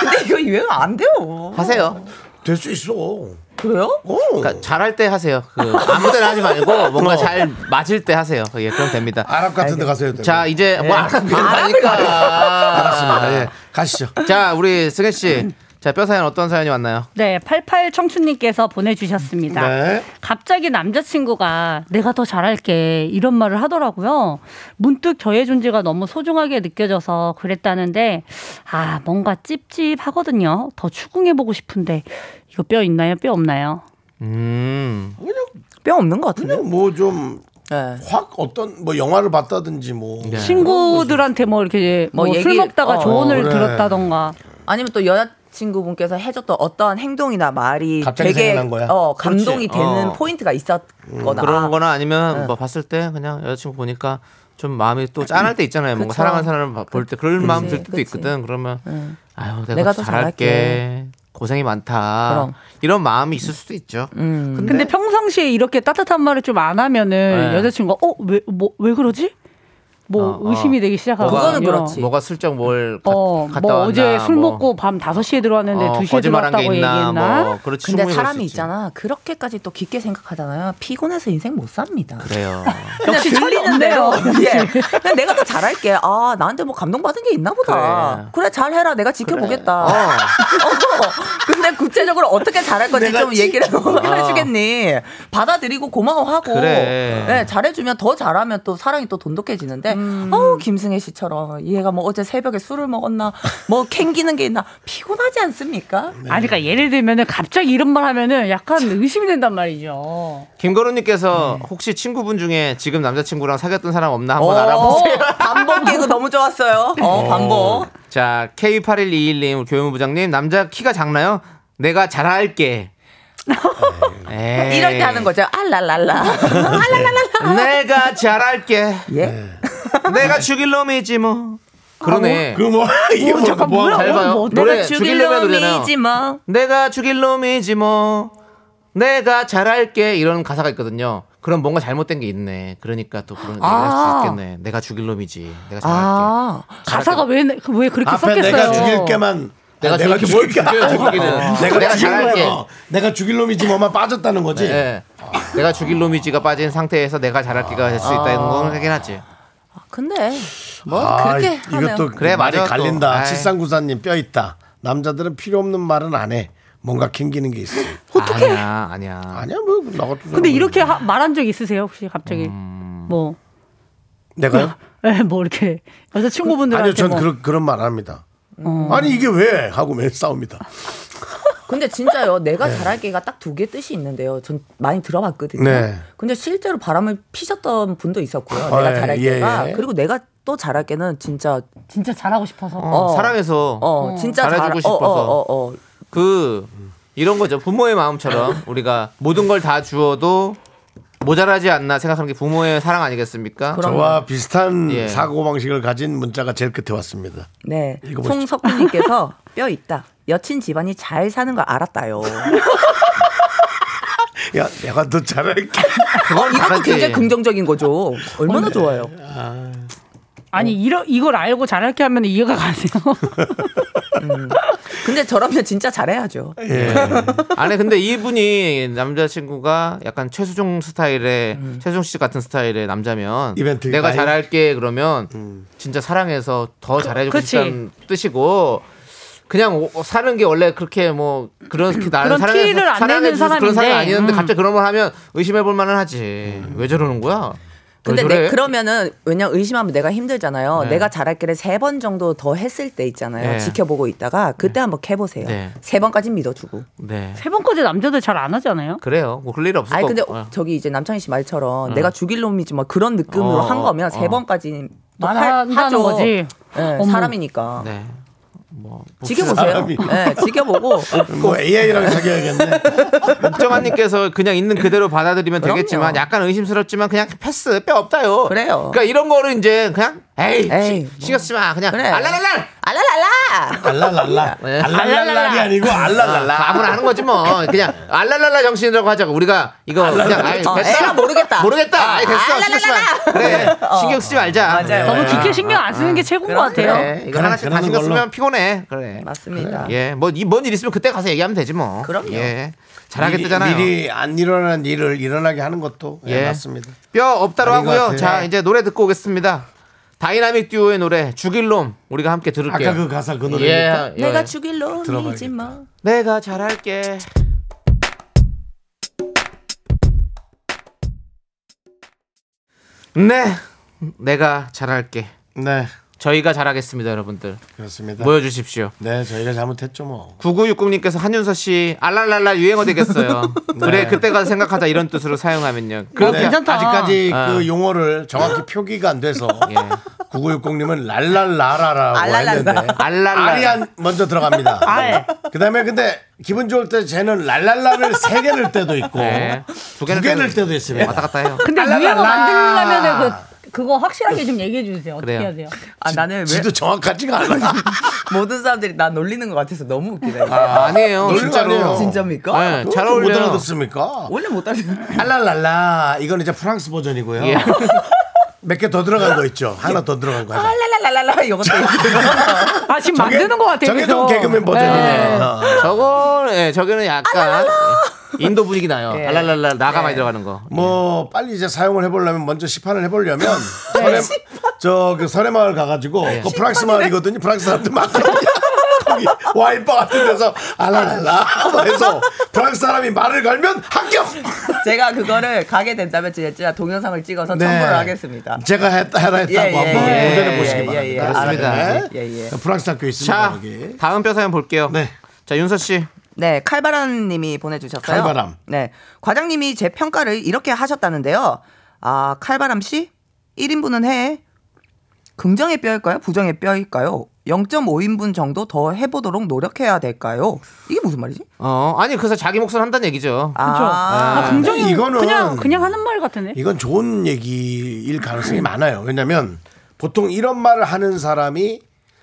S10: 근데 이거 유행 안 돼요.
S3: 하세요.
S2: 될 수 있어.
S10: 그래요?
S3: 아, 그러니까 잘할 때 하세요. 그 아무데나 하지 말고 뭔가
S2: 어.
S3: 잘 맞을 때 하세요. 예, 그럼 됩니다.
S2: 아랍 네. 같은 데 가서 해도 되고.
S3: 자, 이제 뭐 아랍이 아니까.
S2: 알았습니다. 예. 가시죠.
S3: 자, 우리 승혜 씨. 자, 뼈 사연 어떤 사연이 왔나요?
S9: 네, 88 청춘님께서 보내주셨습니다.
S3: 네.
S9: 갑자기 남자친구가 내가 더 잘할게 이런 말을 하더라고요. 문득 저의 존재가 너무 소중하게 느껴져서 그랬다는데 아 뭔가 찝찝하거든요. 더 추궁해보고 싶은데 이거 뼈 있나요? 뼈 없나요?
S3: 음.
S10: 뼈 없는 것 같은데.
S2: 뭐 좀
S10: 네.
S2: 확 어떤 뭐 영화를 봤다든지 뭐
S3: 네.
S9: 친구들한테 뭐 이렇게
S10: 뭐
S9: 뭐 술
S10: 얘기-
S9: 먹다가
S10: 어.
S9: 조언을
S2: 그래.
S9: 들었다던가
S10: 아니면 또 여자친구분께서 해줬던 어떤 행동이나 말이
S3: 갑자기
S10: 되게
S3: 생각난 거야?
S10: 어,
S3: 그렇지.
S10: 감동이 되는
S3: 어. 음,
S10: 포인트가 있었거나
S3: 그런 거나 아니면
S10: 네.
S3: 뭐 봤을 때 그냥 여자친구 보니까 좀 마음이 또 짠할 때 있잖아요. 뭔가
S10: 그쵸.
S3: 사랑하는 사람을 볼 때 그럴
S10: 그치,
S3: 마음 들 때도
S10: 그치.
S3: 있거든. 그러면 아유 내가,
S10: 내가
S3: 더
S10: 더
S3: 잘할게.
S10: 잘할게.
S3: 고생이 많다.
S9: 그럼.
S3: 이런 마음이 있을 수도 있죠.
S9: 근데, 평상시에 이렇게 따뜻한 말을 좀 안 하면은
S3: 네.
S9: 여자친구가 어 왜 뭐 왜 그러지? 뭐
S3: 어. 그렇죠.
S9: 의심이 되기 시작하거든요.
S3: 뭐가 슬쩍 뭘 가-
S9: 어,
S3: 갔다
S9: 뭐
S3: 왔나,
S9: 어제 술
S3: 뭐.
S9: 먹고 밤 5시에 들어왔는데
S3: 어,
S9: 2시에
S3: 거짓말한 게
S9: 들어왔다고
S3: 있나,
S9: 얘기했나?
S3: 뭐, 그렇지,
S10: 근데
S3: 충분히 그럴 수
S10: 사람이
S3: 있지.
S10: 있잖아 그렇게까지 또 깊게 생각하잖아요 피곤해서 인생 못 삽니다
S3: 그래요.
S10: 그냥
S9: 역시
S10: 들리는
S9: 철이
S10: 대로.
S9: 없네요.
S10: 예. 그냥 내가 더 잘할게. 아, 나한테 뭐 감동받은 게 있나 보다. 그래, 잘해라. 내가 지켜보겠다.
S3: 그래. 어.
S10: 어. 근데 구체적으로 어떻게 잘할 건지
S3: 내가
S10: 좀 얘기를
S3: 지켜.
S10: 해주겠니? 받아들이고 고마워하고.
S3: 그래.
S10: 예, 잘해주면 더 잘하면 또 사랑이 또 돈독해지는데, 어우, 김승혜 씨처럼 얘가 뭐 어제 새벽에 술을 먹었나, 뭐 캥기는 게 있나, 피곤하지 않습니까?
S9: 아니 그러니까 예를 들면은 갑자기 이런 말 하면은 약간 의심이 된단 말이죠.
S3: 김거루님께서 혹시 친구분 중에 지금 남자친구랑 사귀었던 사람 없나 한번
S10: 어,
S3: 알아보세요. 네.
S10: 반복 개그 너무 좋았어요. 어, 반복.
S3: 자 K8121님 교무부장님 남자 키가 작나요? 내가 잘할게. 에이.
S10: 이럴 때 하는 거죠.
S3: 아,
S10: 알랄랄라.
S3: 내가 잘할게. 내가 죽일 놈이지 뭐. 그러네.
S2: 그 뭐
S9: 어,
S2: 이게 뭐,
S3: 잠깐,
S2: 뭐,
S3: 뭐야, 잘 봐요.
S2: 뭐,
S3: 노래
S10: 내가
S3: 죽일
S10: 죽일
S3: 놈의 노래잖아요.
S10: 놈이지 뭐.
S3: 내가 죽일 놈이지 뭐. 내가 잘할게 이런 가사가 있거든요. 그럼 뭔가 잘못된 게 있네. 그러니까 또 그런 얘기를
S9: 아.
S3: 할수 있겠네. 내가 죽일 놈이지. 내가 잘할게.
S10: 아.
S9: 가사가 왜 왜 그렇게
S2: 앞에
S9: 썼겠어요?
S2: 내가 죽일 게만
S3: 내가
S2: 내가
S3: 죽일 뭘
S2: 죽일 게
S3: 죽여요,
S2: 아니라
S3: 죽이기는.
S2: 내가,
S3: 내가
S2: 죽일
S3: 잘할게.
S2: 거야. 뭐. 내가 죽일 놈이지 뭐만 빠졌다는 거지.
S3: 예. 내가 죽일 놈이지가 빠진 상태에서 내가 잘할게가 될 수 있다는
S10: 아.
S3: 건 하긴 하지.
S10: 근데 뭐
S2: 아,
S10: 그렇게 하면
S2: 이것도
S3: 그래,
S2: 그래 말이
S3: 맞아, 또.
S2: 갈린다.
S3: 아이.
S2: 7394님 뼈 있다. 남자들은 필요 없는 말은 안 해. 뭔가 캥기는 게 있어.
S9: 어떻게?
S3: 아니야, 아니야.
S2: 아니야 뭐나 같은
S9: 근데
S2: 사람은.
S9: 이렇게 하- 말한 적 있으세요 혹시 갑자기 뭐?
S2: 내가요?
S9: 에, 뭐 이렇게 여자 친구분들한테
S2: 아니요 전
S9: 뭐. 어.
S2: 그런 그런 말 안 합니다. 아니 이게 왜 하고 매 싸웁니다.
S9: 아,
S10: 근데 진짜요. 내가
S3: 네.
S10: 잘할게가 딱 두 개 뜻이 있는데요. 전 많이 들어봤거든요.
S2: 네.
S10: 근데 실제로 바람을 피셨던 분도 있었고요.
S2: 아,
S10: 내가
S2: 예,
S10: 잘할게가
S2: 예, 예.
S10: 그리고 내가 또 잘할게는 진짜
S9: 진짜 잘하고 싶어서
S3: 어, 사랑해서
S10: 어, 진짜
S3: 잘해주고
S10: 잘- 어,
S3: 싶어서.
S10: 어, 어, 어.
S3: 그 이런 거죠. 부모의 마음처럼 우리가 모든 걸 다 주어도 모자라지 않나 생각하는 게 부모의 사랑 아니겠습니까?
S2: 저와 비슷한
S3: 예.
S2: 사고 방식을 가진 문자가 제일 끝에 왔습니다.
S10: 네.
S2: 읽어보시죠.
S10: 송석훈님께서 뼈 있다. 여친 집안이 잘 사는 걸 알았다요.
S2: 야 내가 더 잘할게.
S10: 어, 이것도
S3: 잘하지. 네.
S10: 굉장히 긍정적인 거죠. 얼마나 좋아요.
S9: 아니 이러, 이걸 알고 잘할게 하면 이해가 가세요.
S10: 근데 저라면 진짜 잘해야죠.
S2: 예.
S3: 아니 근데 이분이 남자친구가 약간 최수종 스타일의
S9: 음.
S3: 최수종 씨 같은 스타일의 남자면
S2: 이벤트
S3: 내가
S2: 가입? 음.
S3: 잘할게 그러면 진짜 사랑해서 더 잘해주고
S9: 그치.
S3: 싶다는 뜻이고 그냥 오- 오- 사는 게 원래 그렇게 뭐 그렇게 나를
S9: 그런
S3: 사랑해서
S9: 티를 안
S3: 사랑해줘서
S9: 내는
S3: 그런 사람
S9: 사람인데.
S3: 아니었는데
S9: 음.
S3: 갑자기 그런 말 하면 의심해 볼 만은 하지
S2: 음.
S3: 왜 저러는 거야? 왜
S10: 근데
S3: 저래?
S10: 내, 그러면은 왜냐 면 의심하면 내가 힘들잖아요.
S3: 네.
S10: 내가 잘할게를 세 번 정도 더 했을 때 있잖아요.
S3: 네.
S10: 지켜보고 있다가 그때 한번 해보세요.
S3: 네.
S10: 세 번까지 믿어주고.
S3: 네
S9: 세 번까지 남자들 잘 안 하잖아요.
S3: 그래요 뭐 그럴 일 없을
S10: 아니
S3: 거
S10: 근데 어,
S3: 같고요.
S10: 저기 이제 남창희 씨 말처럼 내가 죽일 놈이지 뭐 그런 느낌으로
S3: 어,
S10: 한 거면
S3: 어.
S10: 세 번까지 또
S9: 안
S10: 할-
S9: 한다는
S10: 하죠.
S9: 거지.
S10: 네,
S9: 어머.
S10: 사람이니까.
S3: 네. 뭐
S10: 지켜보세요.
S2: 사람이.
S10: 네, 지켜보고
S2: 뭐 AI랑 사귀어야겠네.
S3: 국정환님께서 그냥 있는 그대로 받아들이면
S10: 그럼요.
S3: 되겠지만 약간 의심스럽지만 그냥 패스 뼈 없다요.
S10: 그래요. 뭐.
S3: 그러니까 이런 거를 이제 그냥 에 에이, 시- 신경 쓰지 마. 그냥 알랄랄랄.
S10: 알랄랄라.
S2: 알랄랄라. 알랄랄랄이 아니고 어. 알랄랄라.
S3: 아무나 하는 거지 뭐. 그냥 알랄랄라 정신이라고 하자고. 우리가 이거 그냥 아이,
S10: 어,
S3: 됐어.
S10: 애가 모르겠다. 어.
S3: 모르겠다. 아이, 됐어. 신경 쓰지 마. 그래. 신경 쓰지 말자. 맞아요.
S9: 너무 깊게 신경 안 쓰는 게 최고인 것 같아요.
S3: 네. 그래. 이거 하나씩 다 신경 쓰면 피곤해. 그래.
S10: 맞습니다.
S3: 예, 뭐이뭔일 있으면 그때 가서 얘기하면 되지 뭐. 그럼요. 예, 잘하겠다잖아요.
S2: 미리, 미리 안 일어난 일을 일어나게 하는 것도 예,
S3: 예.
S2: 맞습니다.
S3: 뼈 없다로
S2: 아닌 것
S3: 하고요.
S2: 같아요.
S3: 자,
S2: 네.
S3: 이제 노래 듣고 오겠습니다. 다이나믹 듀오의 노래 죽일 놈 우리가 함께 들을게요.
S2: 아까 그 가사 그 노래입니까?
S3: 예, 예.
S10: 내가 죽일 놈이지
S3: 들어봐야겠다.
S10: 뭐.
S3: 내가 잘할게. 네, 내가 잘할게.
S2: 네,
S3: 저희가 잘하겠습니다, 여러분들.
S2: 그렇습니다.
S3: 뭐? 모여주십시오.
S2: 네, 저희가 잘못했죠 뭐.
S3: 9960님께서 한윤서 씨 알랄랄라 유행어 되겠어요. 그래 그때가 생각하다 이런 뜻으로 사용하면요. 그렇게
S2: 네. 괜찮다. 네, 아직까지
S3: 어, 아.
S2: 그 용어를 정확히 표기가 안 돼서
S3: 예,
S2: 9960님은 랄랄라라라고
S3: 알랄랄라.
S2: 했는데
S3: 알랄라.
S2: 아리안 먼저 들어갑니다.
S3: 알.
S2: 그다음에 근데 기분 좋을 때 쟤는 랄랄라를 세 개 넣을 때도 있고
S3: 네.
S2: 어? 두 개 넣을 때도 있습니다.
S3: 왔다 갔다 해요.
S9: 근데
S2: 알랄랄라.
S9: 유행어 만들려면은 그 그거 확실하게 좀 얘기해 주세요. 어떻게
S10: 그래요.
S9: 해야 돼요?
S10: 아 나는 왜?
S2: 지도 정확하지가 않아.
S10: 모든 사람들이 나 놀리는 것 같아서 너무 웃기네.
S3: 아, 아니에요. 놀리는 거 진짜로. 아니에요.
S10: 진짜입니까?
S3: 네, 잘
S2: 못
S3: 어울려요.
S2: 알아듣습니까?
S10: 원래 못 알아듣는.
S2: 랄랄랄라 이건 이제 프랑스 버전이고요.
S10: 예.
S2: 몇 개 더 들어간 거 있죠. 하나 더 들어간 거. 하나.
S10: 아, 알랄랄랄라 이것도
S9: 아 지금
S2: 저게-
S9: 만드는 것 같아요.
S2: 저게
S9: 계속.
S2: 좀 개그맨 버전이네. 어.
S3: 저거 예, 저기는 약간 인도 분위기 나요.
S10: 네.
S2: 예.
S3: 알랄랄라 나가
S2: 예.
S3: 많이 들어가는 거.
S2: 뭐 빨리 이제 사용을 해보려면 먼저 시판을 해보려면 설해 저그 설해 마을 가가지고
S3: 네.
S2: 그 프랑스 마을이거든요. 프랑스 사람들 막 거기 와인바 같은 데서 알라랄라 해서 프랑스 사람이 말을 걸면 합격.
S10: 제가 그거를 가게 된다면 진짜 동영상을 찍어서
S2: 네.
S10: 첨부를 하겠습니다.
S2: 제가 했다 해라 했다고
S10: 예, 예,
S2: 한번
S10: 예,
S2: 도전해
S10: 예,
S2: 보시기
S10: 예,
S2: 바랍니다.
S10: 예, 예.
S2: 그렇습니다. 네.
S10: 알았습니다. 예, 예.
S2: 프랑스 학교 있습니다.
S3: 자
S2: 거기.
S3: 다음 뼈 사연 볼게요.
S2: 네.
S3: 자 윤서 씨.
S10: 네, 칼바람님이 보내주셨어요.
S3: 칼바람.
S10: 네, 과장님이 제 평가를 이렇게 하셨다는데요. 아, 칼바람 씨, 1인분은 해. 긍정의 뼈일까요? 부정의 뼈일까요? 0.5인분 정도 더 해보도록 노력해야 될까요? 이게 무슨 말이지?
S3: 어 아니 그래서 자기 몫을 한다는 얘기죠.
S10: 그렇죠.
S9: 아, 긍정이
S2: 이거는-
S9: 그냥 그냥 하는 말 같은데.
S2: 이건 좋은 얘기일 가능성이 많아요. 왜냐면 보통 이런 말을 하는 사람이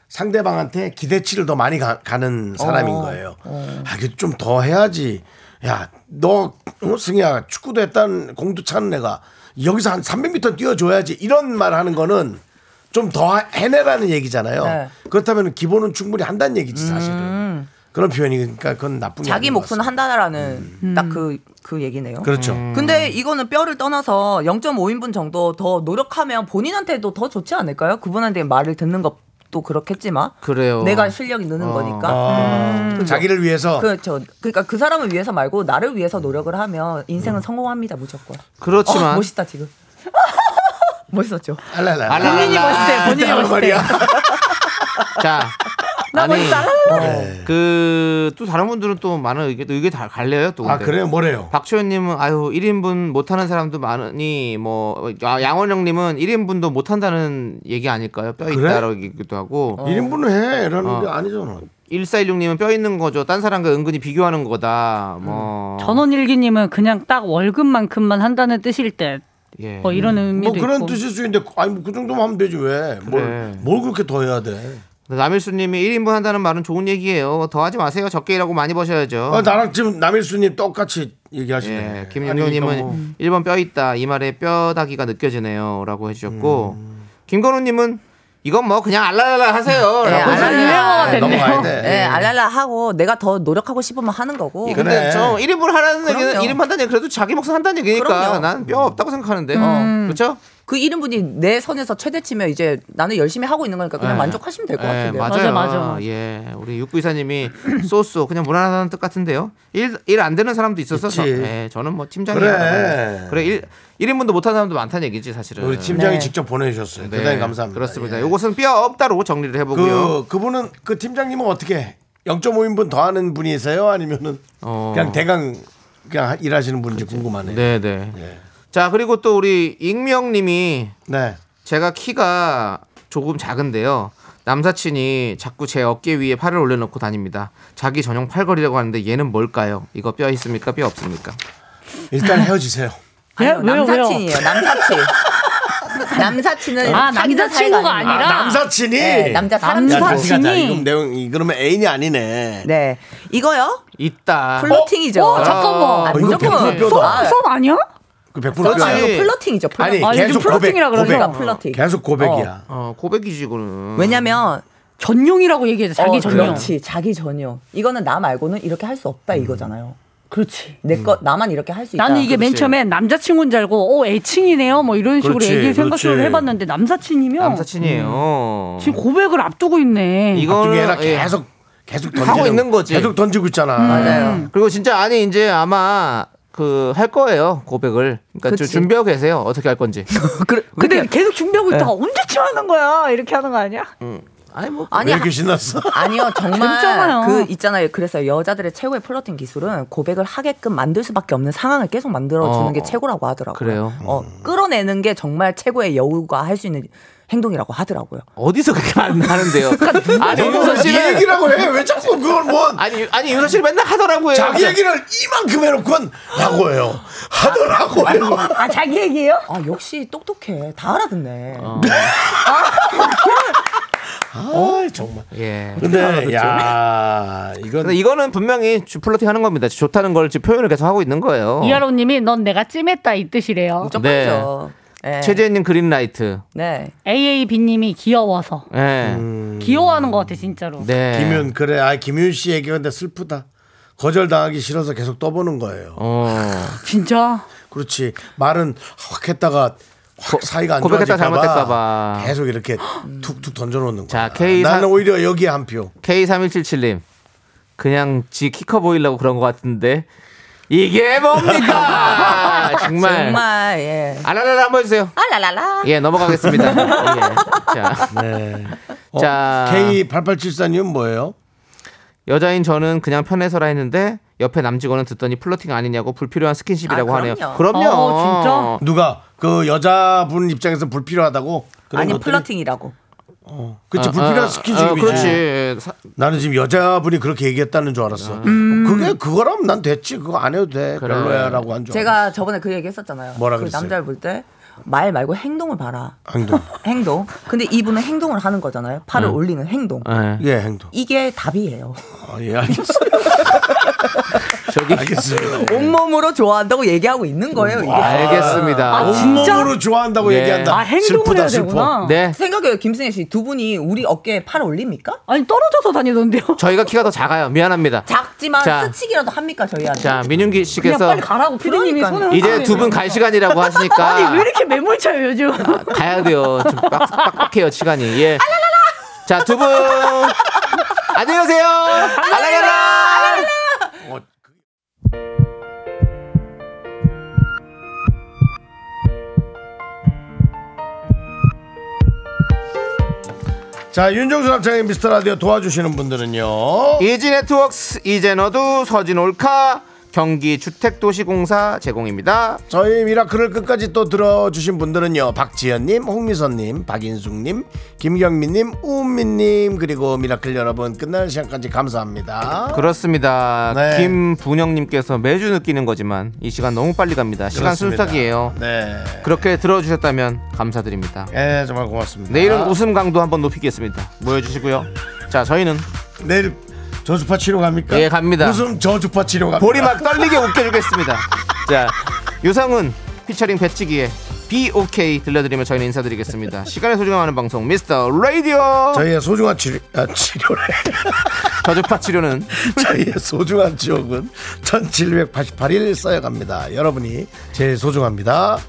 S2: 상대방한테 기대치를 더 많이 가, 는 사람인
S11: 어.
S2: 거예요. 아, 이게 좀 더 해야지. 야, 너, 어, 승희야, 축구도 했던 공도 차는 애가 여기서 한 300m 뛰어줘야지. 이런 말 하는 거는 좀 더 해내라는 얘기잖아요.
S10: 네.
S2: 그렇다면 기본은 충분히 한다는 얘기지, 사실은. 그런 표현이니까 그건 나쁜 게
S10: 자기
S2: 아닌 것
S10: 몫은 한다라는 딱 그 그 얘기네요.
S2: 그렇죠. 음.
S10: 근데 이거는 뼈를 떠나서 0.5인분 정도 더 노력하면 본인한테도 더 좋지 않을까요? 그분한테 말을 듣는 것도 그렇겠지만
S3: 그래요.
S10: 내가 실력이 느는
S2: 어.
S10: 거니까.
S2: 아, 자기를 위해서.
S10: 그렇죠. 그러니까 그 사람을 위해서 말고 나를 위해서 노력을 하면
S3: 음.
S10: 인생은 성공합니다 무조건.
S3: 그렇지만
S10: 어, 멋있다 지금. 멋있었죠.
S2: 알랄라.
S3: 알랄라. 본인이
S2: 아,
S3: 멋있대, 본인이
S10: 진짜
S3: 멋있대.
S10: 말이야.
S3: 자.
S10: 나
S3: 아니,
S10: 멋있다.
S2: 어.
S3: 그또 다른 분들은 또 많은 의견 의견 다 갈려요 또.
S2: 아, 그래요? 뭐래요?
S3: 박초연님은 아유 1인분 못하는 사람도 많으니 뭐 아, 양원영님은 1인분도 못한다는 얘기 아닐까요? 뼈
S2: 그래?
S3: 있다라고 얘기도 하고.
S2: 일인분은해 이러는
S3: 어.
S2: 게 아니잖아. 뭐
S3: 1416님은 뼈 있는 거죠. 딴 사람과 은근히 비교하는 거다. 뭐
S10: 음,
S9: 어. 전원일기님은 그냥 딱 월급만큼만 한다는 뜻일 때.
S3: 예.
S9: 뭐 이런 의미도
S2: 뭐 그런
S9: 있고.
S2: 뜻일 수 있는데 아니 뭐그 정도면 하면 되지 왜? 뭘,
S3: 그래.
S2: 뭘 그렇게 더 해야 돼?
S3: 남일수님이 1인분 한다는 말은 좋은 얘기예요. 더 하지 마세요. 적게 일하고 많이 버셔야죠.
S2: 아, 나랑 지금 남일수님 똑같이 얘기하시네.
S3: 어. 예, 김영효님은
S2: 아니, 그러니까 뭐.
S3: 1번 뼈 있다. 이 말에 뼈다귀가 느껴지네요. 라고 해주셨고,
S2: 음.
S3: 김건우님은 이건 뭐 그냥 알랄랄라 하세요.
S10: 네,
S9: 아,
S3: 라고
S10: 알랄라.
S3: 해주셨네요.
S10: 네, 네, 알랄라 하고 내가 더 노력하고 싶으면 하는 거고.
S3: 예, 근데 저 1인분 하라는 얘기는
S10: 뭐. 그럼요.
S3: 1인분 한다는 얘기 그래도 자기 몫은 한다는 얘기니까
S10: 그럼요. 음.
S3: 난 뼈 없다고 생각하는데. 그렇죠?
S10: 그 1인분이 내 선에서 최대치면 이제 나는 열심히 하고 있는 거니까 그냥
S3: 예.
S10: 만족하시면 될 것
S3: 예,
S10: 같은데요.
S3: 맞아요. 예, 우리 육구 이사님이 소소 그냥 무난하다는 뜻 같은데요. 일일 안 되는 사람도 있어서 저, 예, 저는 뭐 팀장이 뭐
S2: 그래.
S3: 그래 일 1인분도 못하는 사람도 많다는 얘기지 사실은. 네,
S2: 우리 팀장이 직접 보내주셨어요. 대단히 감사합니다. 예.
S3: 그렇습니다. 요것은 뼈 없다로 정리를 해보고요.
S2: 그 그분은 그 팀장님은 어떻게 해? 0.5인분 더 하는 분이세요? 아니면은
S3: 어.
S2: 그냥 대강 그냥 하- 일하시는 분인지 궁금하네요. 예.
S3: 네, 네. 자 그리고 또 우리 익명님이
S2: 네.
S3: 제가 키가 조금 작은데요. 남사친이 자꾸 제 어깨 위에 팔을 올려놓고 다닙니다. 자기 전용 팔걸이라고 하는데 얘는 뭘까요? 이거 뼈 있습니까? 뼈 없습니까?
S2: 일단 헤어지세요.
S10: 아니요,
S9: 예?
S3: 왜요, 왜요?
S10: 남사친이에요. 남사친. 남사친은
S9: 아,
S10: 사귀는
S9: 남자친구가
S10: 사이가 아닙니다.
S9: 아니라? 아,
S2: 예. 남사친이
S10: 네, 남자 사람
S2: 야, 정신 가자. 이건 내용 이 그러면 애인이 아니네.
S10: 네. 이거요?
S3: 있다.
S10: 플러팅이죠.
S2: 어, 잠깐만. 어,
S10: 아,
S2: 이거
S10: 무조건
S2: 백퍼 뼈다.
S10: 아,
S9: 수업 아니야?
S2: 그 100%
S10: 그렇지.
S2: 뼈야.
S10: 아니, 플러팅이죠,
S2: 아니,
S10: 플러팅. 아, 요즘
S2: 계속
S10: 플러팅이라
S2: 고백,
S10: 그러니까
S2: 고백.
S10: 플러팅.
S2: 계속 고백이야.
S3: 어, 고백이지 그는.
S10: 왜냐면
S9: 전용이라고 얘기해서 자기
S10: 어,
S9: 전용.
S10: 그렇지. 자기 전용. 이거는 나 말고는 이렇게 할 수 없다 이거잖아요. 그렇지. 내 거 나만 이렇게 할 수 있다.
S9: 나는 이게 맨 처음에 남자친구인 줄 알고 어 애칭이네요 뭐 이런 식으로
S3: 그렇지,
S9: 얘기 생각을
S3: 그렇지.
S9: 해봤는데 남사친이면
S3: 남사친이에요.
S9: 음, 지금 고백을 앞두고 있네.
S10: 어.
S3: 이거는-
S2: 뒤에나
S3: 예.
S2: 계속 계속 던지고
S3: 하고 있는 거지.
S2: 계속 던지고 있잖아.
S10: 음. 맞아요.
S3: 그리고 진짜 아니 이제 아마 그 할 거예요 고백을. 그러니까 좀
S10: 그치.
S3: 준비하고 계세요. 어떻게 할 건지.
S9: 근데 계속 준비하고 있다가 언제쯤 하는 거야 이렇게 하는 거 아니야?
S3: 아니 뭐
S10: 아니
S2: 왜 이렇게 신났어?
S10: 아니요 정말
S9: 괜찮아요.
S10: 그 있잖아요 그래서 여자들의 최고의 플러팅 기술은 고백을 하게끔 만들 수밖에 없는 상황을 계속 만들어 주는
S3: 어,
S10: 게
S3: 어.
S10: 최고라고 하더라고요
S3: 그래요?
S10: 어 끌어내는 게 정말 최고의 여우가 할 수 있는 행동이라고 하더라고요
S3: 어디서 그렇게 안 하는데요. 아니 윤서
S2: 너는 네
S3: 씨는
S2: 얘기라고 해. 왜 자꾸 그걸 뭐
S3: 아니 아니 윤서 씨는 맨날 하더라고요.
S2: 자기 얘기를 이만큼 해놓고는 하고 해요. 하더라고요.
S9: 아 자기 얘기예요?
S10: 아 역시 똑똑해 다 알아듣네
S3: 어.
S2: 아 정말.
S3: 예.
S2: 근데 야 이건
S3: 근데 이거는 분명히 주- 플러팅 하는 겁니다. 좋다는 걸 지금 표현을 계속 하고 있는 거예요.
S9: 이하로님이 넌 내가 찜했다 이
S10: 음.
S9: 뜻이래요.
S10: 무조건이죠 네.
S3: 최재현님 그린라이트.
S10: 네
S9: AAB님이 귀여워서
S3: 예.
S9: 귀여워하는 것 같아 진짜로.
S3: 네.
S2: 김윤 그래. 아 김윤 씨 얘기가 근데 슬프다. 거절 당하기 싫어서 계속 떠보는 거예요.
S3: 어.
S9: 진짜
S2: 그렇지. 말은 확 했다가 확 사이가 안
S3: 고백했다
S2: 좋아질까봐
S3: 잘못될까봐.
S2: 계속 이렇게 툭툭 던져놓는 거야.
S3: 자, K 사-
S2: 나는 오히려 여기에 한 표.
S3: K3177님. 그냥 지 키 커 보이려고 그런 것 같은데. 이게 뭡니까? 정말.
S10: 정말 예
S3: 아라라라 한번 해주세요.
S10: 알라라라
S3: 예, 넘어가겠습니다. 예. 자,
S2: 네.
S3: 자.
S2: K8874님 뭐예요?
S3: 여자인 저는 그냥 편해서라 했는데 옆에 남직원은 듣더니 플러팅 아니냐고 불필요한 스킨십이라고
S10: 아,
S3: 하네요.
S10: 그럼요.
S3: 그럼요.
S9: 어,
S2: 누가 그 여자분 입장에서 불필요하다고? 그런
S10: 아니
S2: 것들이-
S10: 플러팅이라고
S2: 그치
S3: 어,
S2: 불필요한
S3: 어, 어,
S2: 스킨십이지.
S3: 그렇지. 사-
S2: 나는 지금 여자분이 그렇게 얘기했다는 줄 알았어. 그게 그거라면 난 됐지. 그거 안 해도 돼.
S3: 음. 그래.
S2: 별로야라고 한 줄.
S10: 제가 저번에 그 얘기 했었잖아요
S2: 뭐라
S10: 그
S2: 그랬어요?
S10: 남자를 볼 때 말 말고 행동을 봐라
S2: 알았어. 행동.
S10: 행동 근데 이분은 행동을 하는 거잖아요 팔을 올리는 행동
S9: 네.
S3: 예.
S2: 예 행동.
S10: 이게 답이에요.
S2: 아, 예 알겠어요.
S3: 저기
S2: 아, 알겠습니다.
S3: 어,
S10: 온몸으로 좋아한다고 얘기하고 있는 거예요. 이게.
S3: 알겠습니다.
S9: 아, 진짜?
S2: 온몸으로 좋아한다고
S3: 네.
S2: 얘기한다.
S9: 아 행동을
S2: 슬프다
S9: 해야
S2: 슬퍼.
S9: 되구나.
S3: 네.
S10: 생각해요, 김승혜 씨. 두 분이 우리 어깨에 팔 올립니까?
S9: 아니 떨어져서 다니던데요.
S3: 저희가 키가 더 작아요. 미안합니다.
S10: 작지만
S3: 자.
S10: 스치기라도 합니까, 저희한테?
S3: 자, 민윤기
S9: 그냥
S3: 씨께서
S9: 빨리 가라고 피디님이
S10: 그러니까요.
S9: 손을 아, 네.
S3: 이제 두 분 갈 시간이라고 하시니까
S9: 아니 왜 이렇게 매몰차요 요즘?
S3: 가야 돼요. 좀 빡, 빡빡해요 시간이. 예. 자, 두 분. 안녕히 계세요. 알라라라.
S2: 자 윤정수 남창의 미스터 라디오 도와주시는 분들은요.
S3: 이지 네트웍스 이제너두 서진 올카 경기 주택도시공사 제공입니다.
S2: 저희 미라클을 끝까지 또 들어주신 분들은요 박지현님, 홍미선님, 박인숙님, 김경민님, 우은미님 그리고 미라클 여러분 끝날 시간까지 감사합니다.
S3: 그렇습니다.
S2: 네.
S3: 김분영님께서 매주 느끼는 거지만 이 시간 너무 빨리 갑니다. 시간
S2: 그렇습니다.
S3: 순삭이에요.
S2: 네,
S3: 그렇게 들어주셨다면 감사드립니다.
S2: 예 정말 고맙습니다.
S3: 내일은 웃음 강도 한번 높이겠습니다. 모여주시고요. 자, 저희는
S2: 내일 저주파 치료 갑니까?
S3: 예, 갑니다.
S2: 무슨 저주파 치료 갑니까?
S3: 볼이 막 떨리게 웃겨주겠습니다. 자, 유상은 피처링 배치기에 BOK 들려드리면 저희는 인사드리겠습니다. 시간의 소중함하는 방송 미스터 라디오.
S2: 저희의 소중한 치료, 아, 치료래.
S3: 저주파 치료는
S2: 저희의 소중한 지옥은 1788일 쌓여갑니다. 여러분이 제일 소중합니다.